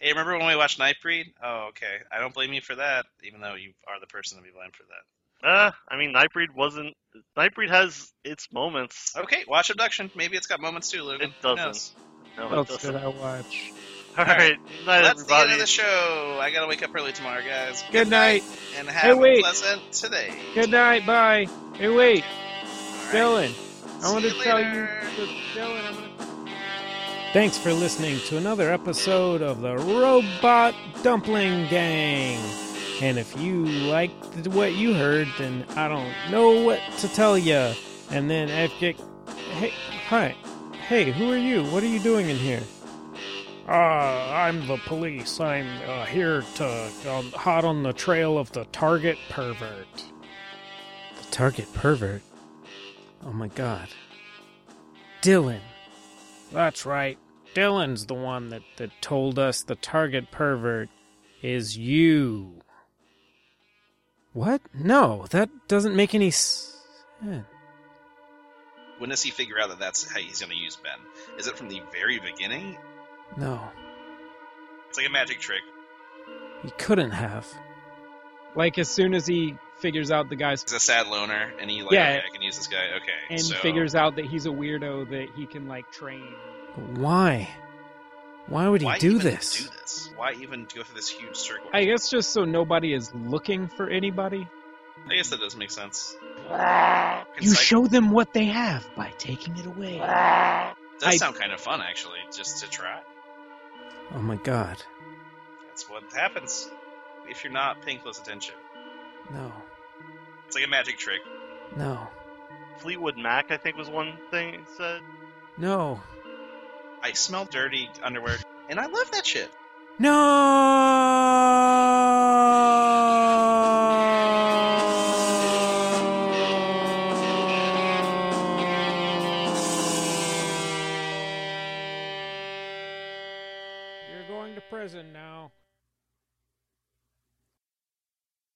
Hey, remember when we watched Nightbreed? Oh, okay. I don't blame you for that, even though you are the person to be blamed for that.
Uh, I mean, Nightbreed wasn't. Nightbreed has its moments.
Okay, watch abduction. Maybe it's got moments too, Logan.
It
Who
doesn't.
knows?
No,
What
it
else did
doesn't.
I watch?
All right, night,
Well, that's the end
everybody.
of the show. I gotta wake up early tomorrow, guys.
Good night.
and have a
wait.
pleasant today.
Good night. Bye. Hey, wait,
All right.
Dylan. I
See
want to
you
tell you.
later.
Thanks for listening to another episode of the Robot Dumpling Gang. And if you liked what you heard, then I don't know what to tell you. And then after, hey, hi, hey, who are you? What are you doing in here? Uh, I'm the police. I'm uh, here to uh, hot on the trail of the target pervert. The target pervert. Oh my god. Dylan. That's right. Dylan's the one that, that told us the target pervert is you. What? No, that doesn't make any eh, sense.
When does he figure out that that's how he's going to use Ben? Is it from the very beginning?
No,
It's like a magic trick.
he couldn't have. Like, as soon as he figures out the guy's
He's a sad loner, and he like,
Yeah.
okay, I can use this guy. Okay,
and
so
figures out that he's a weirdo that he can like train. Why? Why would he
why
do
even
this?
Do this? Why even go through this huge circle?
I guess just so nobody is looking for anybody.
I guess that does make sense.
You
It's like-
show them what they have by taking it away.
does
I-
sound kind of fun actually, just to try.
Oh my god.
That's what happens if you're not paying close attention.
No.
It's like a magic trick.
No.
Fleetwood Mac, I think, was one thing it said.
No.
I smell dirty underwear, and I love that shit.
You're going to prison now.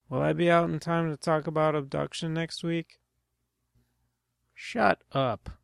Will I be out in time to talk about abduction next week? Shut up.